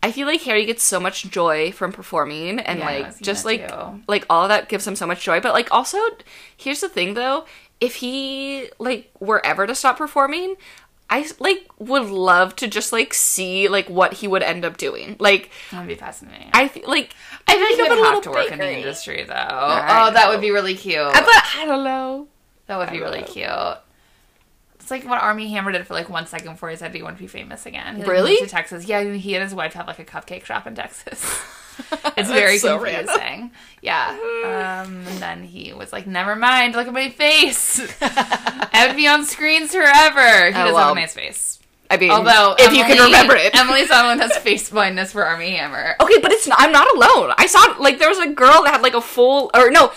Speaker 3: I feel like Harry gets so much joy from performing and
Speaker 4: Yeah, I was
Speaker 3: like
Speaker 4: thinking
Speaker 3: just
Speaker 4: that
Speaker 3: like
Speaker 4: too.
Speaker 3: like all of that gives him so much joy, but like also here's the thing though, if he like were ever to stop performing, I like would love to just like see like what he would end up doing. Like
Speaker 4: that would be fascinating.
Speaker 3: I feel like
Speaker 4: I feel like
Speaker 3: think
Speaker 4: you
Speaker 3: of
Speaker 4: would
Speaker 3: a
Speaker 4: have
Speaker 3: little
Speaker 4: to work in the
Speaker 3: bakery.
Speaker 4: industry though.
Speaker 3: I
Speaker 4: oh, that
Speaker 3: know.
Speaker 4: would be really cute.
Speaker 3: I, but I don't know.
Speaker 4: that would be
Speaker 3: I
Speaker 4: really
Speaker 3: love-
Speaker 4: cute. It's like what Army Hammer did for like one second before he said he wanted to be famous again. He, like,
Speaker 3: Really?
Speaker 4: moved to Texas? Yeah, he and his wife have like a cupcake shop in Texas. It's very
Speaker 3: so
Speaker 4: confusing.
Speaker 3: random.
Speaker 4: Yeah. Um, and then he was like, "Never mind. Look at my face. I would be on screens forever." He
Speaker 3: Oh,
Speaker 4: does have a
Speaker 3: well.
Speaker 4: nice face.
Speaker 3: I mean,
Speaker 4: Although,
Speaker 3: if you can
Speaker 4: Emily-
Speaker 3: remember it. Oh,
Speaker 4: Emily Sutherland has face blindness for Army Hammer.
Speaker 3: Okay, but it's not, I'm not alone. I saw like there was a girl that had like a full or no,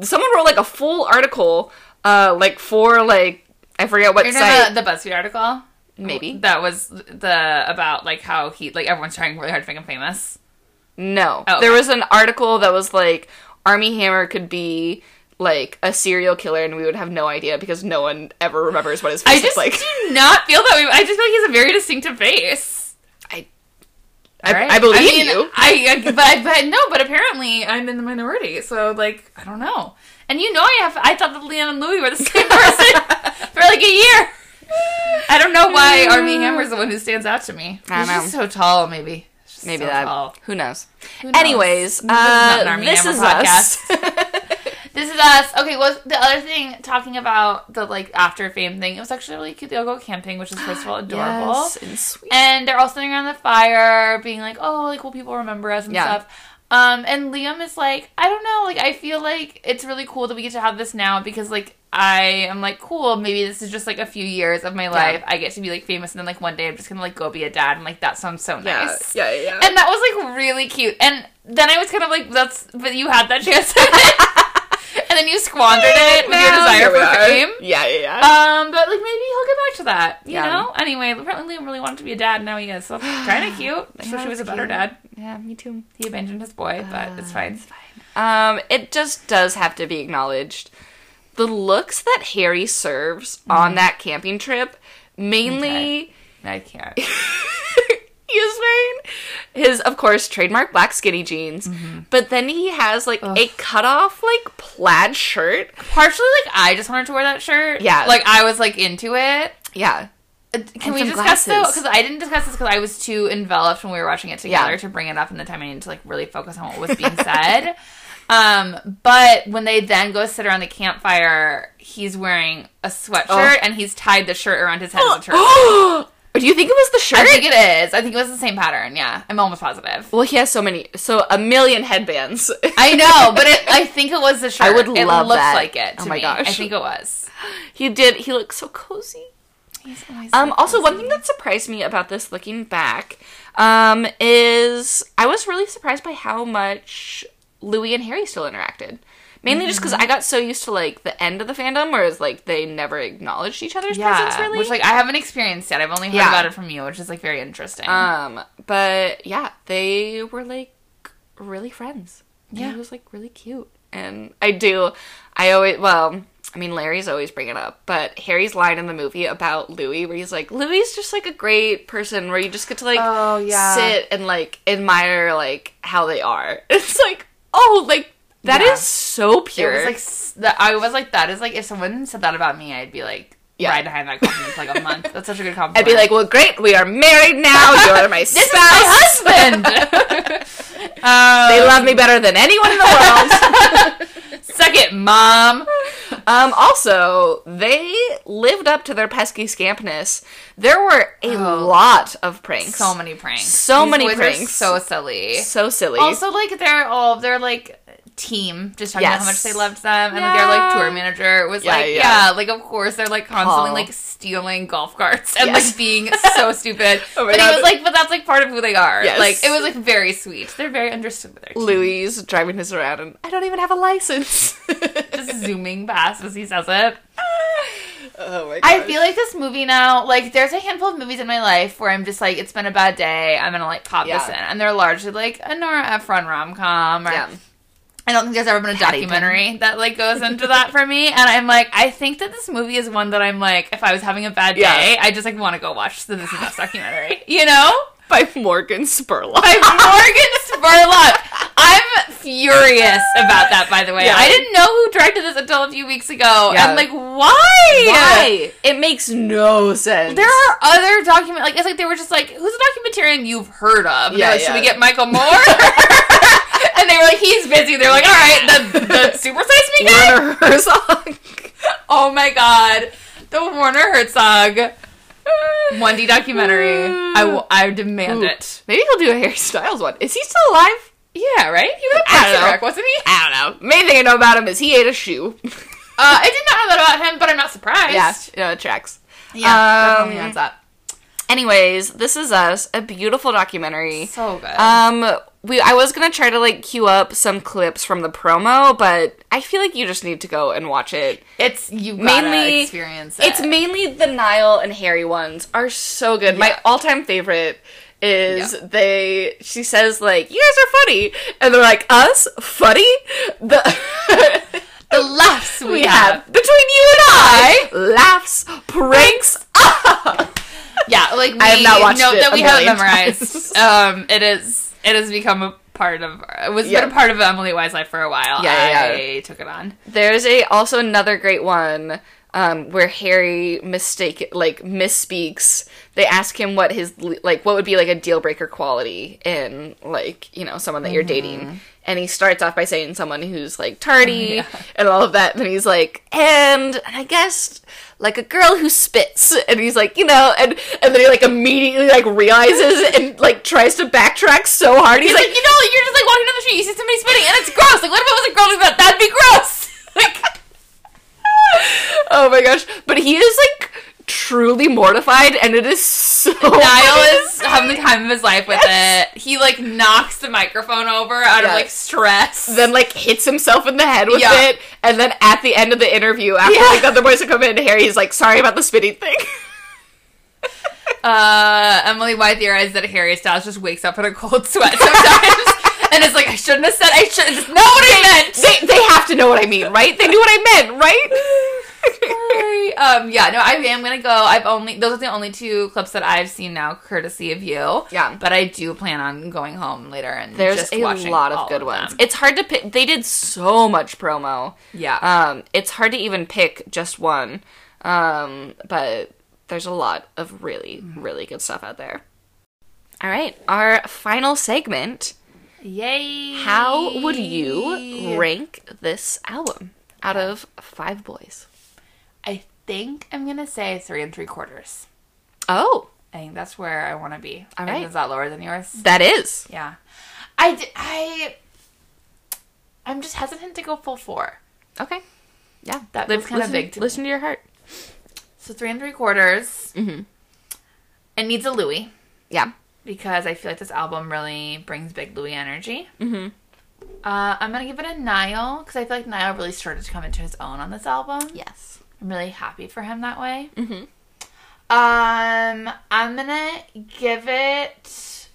Speaker 3: someone wrote like a full article, uh, like for like I forget what
Speaker 4: You're talking
Speaker 3: site.
Speaker 4: about the BuzzFeed article?
Speaker 3: Maybe.
Speaker 4: That was the about like how he like everyone's trying really hard to make him famous.
Speaker 3: No,
Speaker 4: Oh,
Speaker 3: there
Speaker 4: okay.
Speaker 3: was an article that was like Army Hammer could be like a serial killer, and we would have no idea because no one ever remembers what his face
Speaker 4: I
Speaker 3: is
Speaker 4: just
Speaker 3: like.
Speaker 4: do not feel that way. I just feel like he's a very distinctive face.
Speaker 3: I- I-
Speaker 4: All
Speaker 3: I believe
Speaker 4: mean,
Speaker 3: you.
Speaker 4: I, I but but no, but apparently I'm in the minority, so like I don't know. And you know, I have I thought that Liam and Louis were the same person for like a year. I don't know why Army Hammer's the one who stands out to me.
Speaker 3: I
Speaker 4: He's
Speaker 3: don't
Speaker 4: just so tall, maybe. He's just
Speaker 3: Maybe
Speaker 4: so
Speaker 3: that.
Speaker 4: tall.
Speaker 3: Who knows?
Speaker 4: knows?
Speaker 3: Anyways,
Speaker 4: This is not an
Speaker 3: uh,
Speaker 4: Army
Speaker 3: this
Speaker 4: Hammer
Speaker 3: is us.
Speaker 4: This is us. Okay, well, the other thing talking about the like after fame thing? It was actually really cute. They'll go camping, which is first of all adorable,
Speaker 3: Yes, and sweet.
Speaker 4: and they're all sitting around the fire, being like, "Oh, like will people remember us and
Speaker 3: Yeah.
Speaker 4: stuff." Um, and Liam is like, "I don't know. Like, I feel like it's really cool that we get to have this now because like I am like cool. Maybe this is just like a few years of my life. I get to be like famous, and then like one day I'm just gonna like go be a dad, and like that sounds so nice."
Speaker 3: Yeah, yeah, yeah.
Speaker 4: And that was like really cute. And then I was kind of like, that's, but you had that chance. and then you squandered it with your
Speaker 3: Now,
Speaker 4: desire
Speaker 3: here we
Speaker 4: for
Speaker 3: are.
Speaker 4: fame.
Speaker 3: Yeah, yeah, yeah.
Speaker 4: Um, but like maybe he'll get back to that, you
Speaker 3: Yeah.
Speaker 4: know? Anyway, apparently Liam really wanted to be a dad, and now he is. So kind of cute. so she was a better dad.
Speaker 3: Yeah, me too.
Speaker 4: He abandoned his boy,
Speaker 3: Ah,
Speaker 4: but it's fine.
Speaker 3: Um, it just does have to be acknowledged. The looks that Harry serves on that camping trip, mainly
Speaker 4: I can't.
Speaker 3: he is wearing his, of course, trademark black skinny jeans, but then he has like a cut off like plaid shirt.
Speaker 4: Partially, like I just wanted to wear that shirt.
Speaker 3: Yeah.
Speaker 4: like I was like into it.
Speaker 3: Yeah,
Speaker 4: Uh, Can
Speaker 3: And
Speaker 4: we
Speaker 3: some
Speaker 4: discuss though?
Speaker 3: glasses.
Speaker 4: Because I didn't discuss this because I was too enveloped when we were watching it together
Speaker 3: Yeah.
Speaker 4: to bring it up in the time I needed to like really focus on what was being said. Um, but when they then go sit around the campfire, he's wearing a sweatshirt
Speaker 3: Oh.
Speaker 4: and he's tied the shirt around his head as a turban.
Speaker 3: Do you think it was the shirt?
Speaker 4: I think it is. I think it was the same pattern. Yeah, I'm almost positive.
Speaker 3: well, he has so many, so a million headbands.
Speaker 4: I know, but it, I think it was the shirt.
Speaker 3: I would
Speaker 4: it
Speaker 3: love
Speaker 4: looked
Speaker 3: that.
Speaker 4: like it. To
Speaker 3: Oh my
Speaker 4: me.
Speaker 3: gosh.
Speaker 4: I think it was.
Speaker 3: he did. He looked so cozy.
Speaker 4: He's always
Speaker 3: Um,
Speaker 4: like
Speaker 3: also,
Speaker 4: this.
Speaker 3: one thing that surprised me about this looking back um, is I was really surprised by how much Louis and Harry still interacted. Mainly just
Speaker 4: Mm-hmm.
Speaker 3: 'cause just because I got so used to like the end of the fandom, whereas like they never acknowledged each other's presence really.
Speaker 4: which like I haven't experienced yet. I've only heard
Speaker 3: Yeah.
Speaker 4: about it from you, which is like very interesting.
Speaker 3: um, but yeah, they were like really friends. And
Speaker 4: Yeah.
Speaker 3: it was like really cute, and I do. I always well. I mean, Larry's always bringing up, but Harry's line in the movie about Louis, where he's like, "Louis is just like a great person, where you just get to like
Speaker 4: Oh, yeah.
Speaker 3: sit and like admire like how they are." It's like, oh, like that is
Speaker 4: Yeah.
Speaker 3: so pure.
Speaker 4: It was like s- the, I was like that is like if someone said that about me, I'd be like
Speaker 3: Yeah.
Speaker 4: right behind that compliment for like a month. That's such a good compliment.
Speaker 3: I'd be like, "Well, great, we are married now. You're my
Speaker 4: this
Speaker 3: spouse.
Speaker 4: is my husband. um,
Speaker 3: they love me better than anyone in the world."
Speaker 4: suck it, mom.
Speaker 3: Um, also, they lived up to their pesky scampness. There were a lot of pranks.
Speaker 4: Oh. So many pranks.
Speaker 3: So many
Speaker 4: boys are
Speaker 3: pranks.
Speaker 4: So silly.
Speaker 3: So silly.
Speaker 4: Also, like they're all they're like team just talking about how much
Speaker 3: Yes.
Speaker 4: they loved them and like their like tour manager was
Speaker 3: Yeah,
Speaker 4: like
Speaker 3: yeah.
Speaker 4: yeah. like of course they're like constantly
Speaker 3: Paul.
Speaker 4: like stealing golf carts and
Speaker 3: Yes.
Speaker 4: like being so stupid
Speaker 3: Oh my
Speaker 4: but he
Speaker 3: God.
Speaker 4: was like but that's like part of who they are
Speaker 3: Yes.
Speaker 4: like it was like very sweet they're very understood with their team.
Speaker 3: Louis driving us around, and I don't even have a license.
Speaker 4: just zooming past as he says it
Speaker 3: oh my god!
Speaker 4: I feel like this movie now, like there's a handful of movies in my life where I'm just like, it's been a bad day. I'm gonna like pop this
Speaker 3: Yeah.
Speaker 4: in, and they're largely like a Nora Ephron rom com. Or
Speaker 3: Yeah.
Speaker 4: I don't think there's ever been a
Speaker 3: Paddington.
Speaker 4: documentary that like goes into that for me. And I'm like, I think that this movie is one that I'm like, if I was having a bad day,
Speaker 3: Yeah.
Speaker 4: I just like want to go watch the This Is Us documentary. You know?
Speaker 3: by Morgan Spurlock.
Speaker 4: by Morgan Spurlock. I'm furious about that, by the way.
Speaker 3: Yeah.
Speaker 4: I didn't know who directed this until a few weeks ago.
Speaker 3: Yeah.
Speaker 4: I'm like, why?
Speaker 3: Why? It makes no sense.
Speaker 4: There are other document like it's like they were just like, who's a documentarian you've heard of? And
Speaker 3: Yeah,
Speaker 4: they're like, Should we
Speaker 3: yeah.
Speaker 4: get Michael Moore? and they were like, he's busy. They're like, all right, the the supersize me guy.
Speaker 3: Werner Herzog.
Speaker 4: Oh my god, the Warner Herzog 1D documentary. I w- I demand it.
Speaker 3: Maybe he'll do a Harry Styles one. Is he still alive?
Speaker 4: Yeah, right. He was a
Speaker 3: I don't
Speaker 4: boxer
Speaker 3: know.
Speaker 4: wreck, wasn't he?
Speaker 3: I don't know. Main thing I know about him is he ate a shoe.
Speaker 4: Uh, I did not know that about him, but I'm not surprised.
Speaker 3: yeah, you know, it tracks.
Speaker 4: yeah,
Speaker 3: Um,
Speaker 4: definitely adds up.
Speaker 3: Anyways, this is us, a beautiful documentary.
Speaker 4: So good.
Speaker 3: Um, we I was gonna try to like queue up some clips from the promo, but I feel like you just need to go and watch it.
Speaker 4: It's you gotta
Speaker 3: Mainly
Speaker 4: experience it.
Speaker 3: It's mainly the Niall and Harry ones are so good. My all time favorite is
Speaker 4: Yeah.
Speaker 3: they she says like you guys are funny and they're like us funny the
Speaker 4: the laughs we,
Speaker 3: we
Speaker 4: have.
Speaker 3: have between you and I laughs pranks up
Speaker 4: Yeah, like we
Speaker 3: I have not watched
Speaker 4: know
Speaker 3: it
Speaker 4: that
Speaker 3: a
Speaker 4: we haven't
Speaker 3: million
Speaker 4: memorized.
Speaker 3: times.
Speaker 4: um, it is it has become a part of it was
Speaker 3: Yeah.
Speaker 4: been a part of Emily Wise life for a while.
Speaker 3: Yeah,
Speaker 4: I
Speaker 3: yeah, yeah.
Speaker 4: took it on.
Speaker 3: There's a also another great one um, where Harry mistake like misspeaks. They ask him what his le- like what would be like a deal breaker quality in like you know someone that you're
Speaker 4: Mm-hmm.
Speaker 3: dating, and he starts off by saying someone who's like tardy
Speaker 4: Oh,
Speaker 3: and all of that. And he's like, and I guess like a girl who spits, and he's like, you know, and and then he like immediately like realizes and like tries to backtrack so hard. He's, like
Speaker 4: you know, you're just like walking down the street, you see somebody spitting, and it's gross. Like, what if it was a girl doing that? That'd be gross. Like,
Speaker 3: Oh my gosh. But he is like truly mortified and it is so
Speaker 4: Niall is having the time of his life with it. He like knocks the microphone over out of
Speaker 3: Yeah.
Speaker 4: like stress.
Speaker 3: then like hits himself in the head with
Speaker 4: Yeah.
Speaker 3: it and then at the end of the interview after
Speaker 4: Yeah.
Speaker 3: like the other boys have come in Harry's like sorry about the spitting thing.
Speaker 4: Uh, Emily White theorized that Harry Styles just wakes up in a cold sweat sometimes and is like, I shouldn't have said, I should just know what I meant.
Speaker 3: they they have to know what I mean, right? They knew what I meant, right?
Speaker 4: Sorry. Um, yeah, no, I am gonna go. I've only those are the only two clips that I've seen now, courtesy of you.
Speaker 3: Yeah.
Speaker 4: but I do plan on going home later and
Speaker 3: There's
Speaker 4: just
Speaker 3: a
Speaker 4: watching
Speaker 3: lot of
Speaker 4: all
Speaker 3: good ones.
Speaker 4: them.
Speaker 3: It's hard to pick they did so much promo.
Speaker 4: yeah,
Speaker 3: Um it's hard to even pick just one. Um but there's a lot of really
Speaker 4: Mm-hmm.
Speaker 3: really good stuff out there. All right, our final segment.
Speaker 4: yay!
Speaker 3: How would you rank this album out of 5 boys?
Speaker 4: I think I'm gonna say three and three quarters.
Speaker 3: Oh,
Speaker 4: I think that's where I want to be.
Speaker 3: All
Speaker 4: I think
Speaker 3: right. Mm.
Speaker 4: Is that lower than yours?
Speaker 3: that is.
Speaker 4: Yeah, I d- I I'm just hesitant to go full four.
Speaker 3: Okay. Yeah,
Speaker 4: That was kinda
Speaker 3: listen,
Speaker 4: big to me.
Speaker 3: Listen to your heart.
Speaker 4: So three and three quarters. Mm-hmm. It needs a Louis.
Speaker 3: Yeah.
Speaker 4: because I feel like this album really brings Big Louis energy. Mm-hmm. Uh, I'm gonna give it a Niall because I feel like Niall really started to come into his own on this album.
Speaker 3: Yes.
Speaker 4: I'm really happy for him that way. Mm-hmm. Um, I'm gonna give it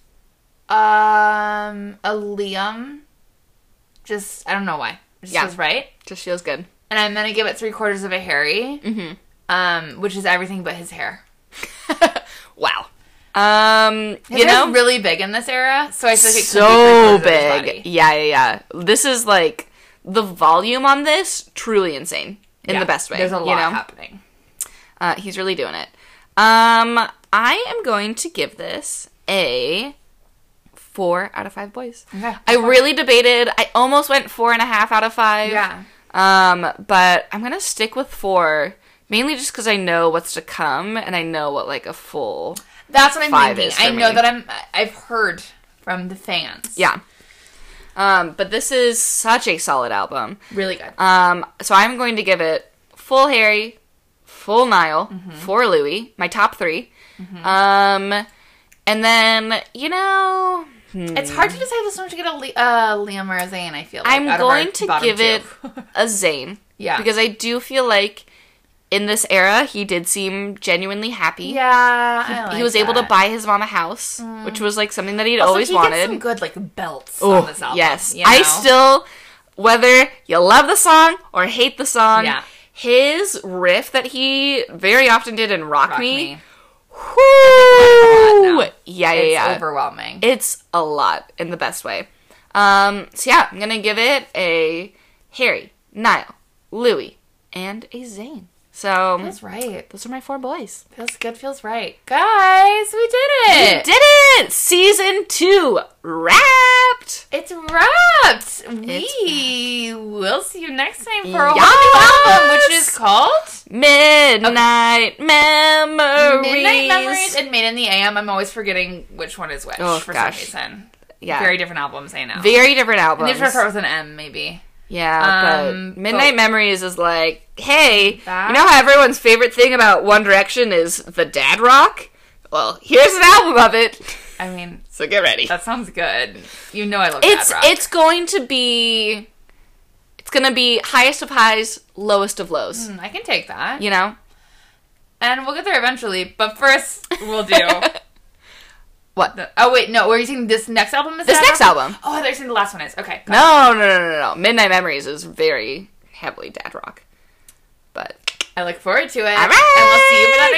Speaker 4: um a Liam. Just I don't know why. It just
Speaker 3: Yeah.
Speaker 4: feels right.
Speaker 3: Just feels good.
Speaker 4: And I'm gonna give it three quarters of a Harry. Mm-hmm. Um, which is everything but his hair.
Speaker 3: wow. Um,
Speaker 4: His
Speaker 3: you
Speaker 4: hair's
Speaker 3: know,
Speaker 4: really big in this era, so I feel like it could
Speaker 3: so
Speaker 4: be three quarters of his
Speaker 3: big.
Speaker 4: body.
Speaker 3: Yeah, yeah, yeah. This is like the volume on this truly insane in
Speaker 4: Yeah,
Speaker 3: the best way.
Speaker 4: There's a lot
Speaker 3: you know?
Speaker 4: happening.
Speaker 3: Uh, he's really doing it. Um, I am going to give this a four out of five boys.
Speaker 4: Okay.
Speaker 3: I really debated. I almost went four and a half out of five.
Speaker 4: Yeah.
Speaker 3: Um, but I'm gonna stick with four, mainly just because I know what's to come and I know what like a full.
Speaker 4: That's what I'm
Speaker 3: Five is
Speaker 4: thinking. I
Speaker 3: for
Speaker 4: know
Speaker 3: me.
Speaker 4: that I'm. I've heard from the fans.
Speaker 3: Yeah. Um, but this is such a solid album.
Speaker 4: really good.
Speaker 3: Um, so I'm going to give it full Harry, full Nile,
Speaker 4: Mm-hmm.
Speaker 3: for Louis, my top 3 Um, and then you know, hmm,
Speaker 4: it's hard to decide this one to get a Le- uh, Liam or a Zayn. I feel. Like,
Speaker 3: I'm
Speaker 4: out of our
Speaker 3: going to
Speaker 4: bottom
Speaker 3: give
Speaker 4: two.
Speaker 3: it a Zane.
Speaker 4: Yeah.
Speaker 3: because I do feel like in this era he did seem genuinely happy.
Speaker 4: yeah, I like
Speaker 3: he was able to
Speaker 4: that. Mm.
Speaker 3: buy his mom a house, which was like something that he'd
Speaker 4: Also,
Speaker 3: always
Speaker 4: he
Speaker 3: wanted.
Speaker 4: Gets some good like belts
Speaker 3: Oh,
Speaker 4: on this album.
Speaker 3: Yes.
Speaker 4: you
Speaker 3: I
Speaker 4: know?
Speaker 3: still, whether you love the song or hate the song,
Speaker 4: Yeah.
Speaker 3: his riff that he very often did in Rock,
Speaker 4: Rock
Speaker 3: Me,
Speaker 4: me.
Speaker 3: whoo,
Speaker 4: now.
Speaker 3: yeah, yeah,
Speaker 4: It's
Speaker 3: yeah.
Speaker 4: overwhelming.
Speaker 3: It's a lot in the best way. Um, so yeah, I'm gonna give it a Harry, Niall, Louie, and a Zane. So
Speaker 4: Feels right.
Speaker 3: those are my four boys.
Speaker 4: Feels good. Feels right, guys. We did
Speaker 3: We
Speaker 4: it.
Speaker 3: did it! Season two wrapped.
Speaker 4: It's wrapped. we will see you next time for a
Speaker 3: Yes!
Speaker 4: whole new album, which is called
Speaker 3: Midnight Memories.
Speaker 4: Midnight Memories and Made in the AM. I'm always forgetting which one is which
Speaker 3: Oh,
Speaker 4: for
Speaker 3: gosh.
Speaker 4: some reason.
Speaker 3: Yeah.
Speaker 4: Very different albums, I know. Very
Speaker 3: Very different
Speaker 4: and
Speaker 3: albums.
Speaker 4: they prefer with an M, maybe.
Speaker 3: yeah,
Speaker 4: Um,
Speaker 3: but Midnight
Speaker 4: but-
Speaker 3: Memories is like, hey,
Speaker 4: That-
Speaker 3: you know how everyone's favorite thing about One Direction is the dad rock? Well, here's an album of it.
Speaker 4: I mean,
Speaker 3: So get ready.
Speaker 4: that sounds good. You know I love
Speaker 3: It's
Speaker 4: Bad Rock.
Speaker 3: it's going to be it's going to be highest of highs, lowest of lows,
Speaker 4: Mm, I can take that.
Speaker 3: you know?
Speaker 4: And we'll get there eventually, but first we'll do.
Speaker 3: What?
Speaker 4: the- oh wait, no. Were you saying this next album is
Speaker 3: This
Speaker 4: that
Speaker 3: next album.
Speaker 4: Oh, I thought you were saying the last one is. Okay. got
Speaker 3: No, no, no, no, no. Midnight Memories is very heavily dad rock. But
Speaker 4: it. I look forward to it.
Speaker 3: All right.
Speaker 4: And we'll see you for that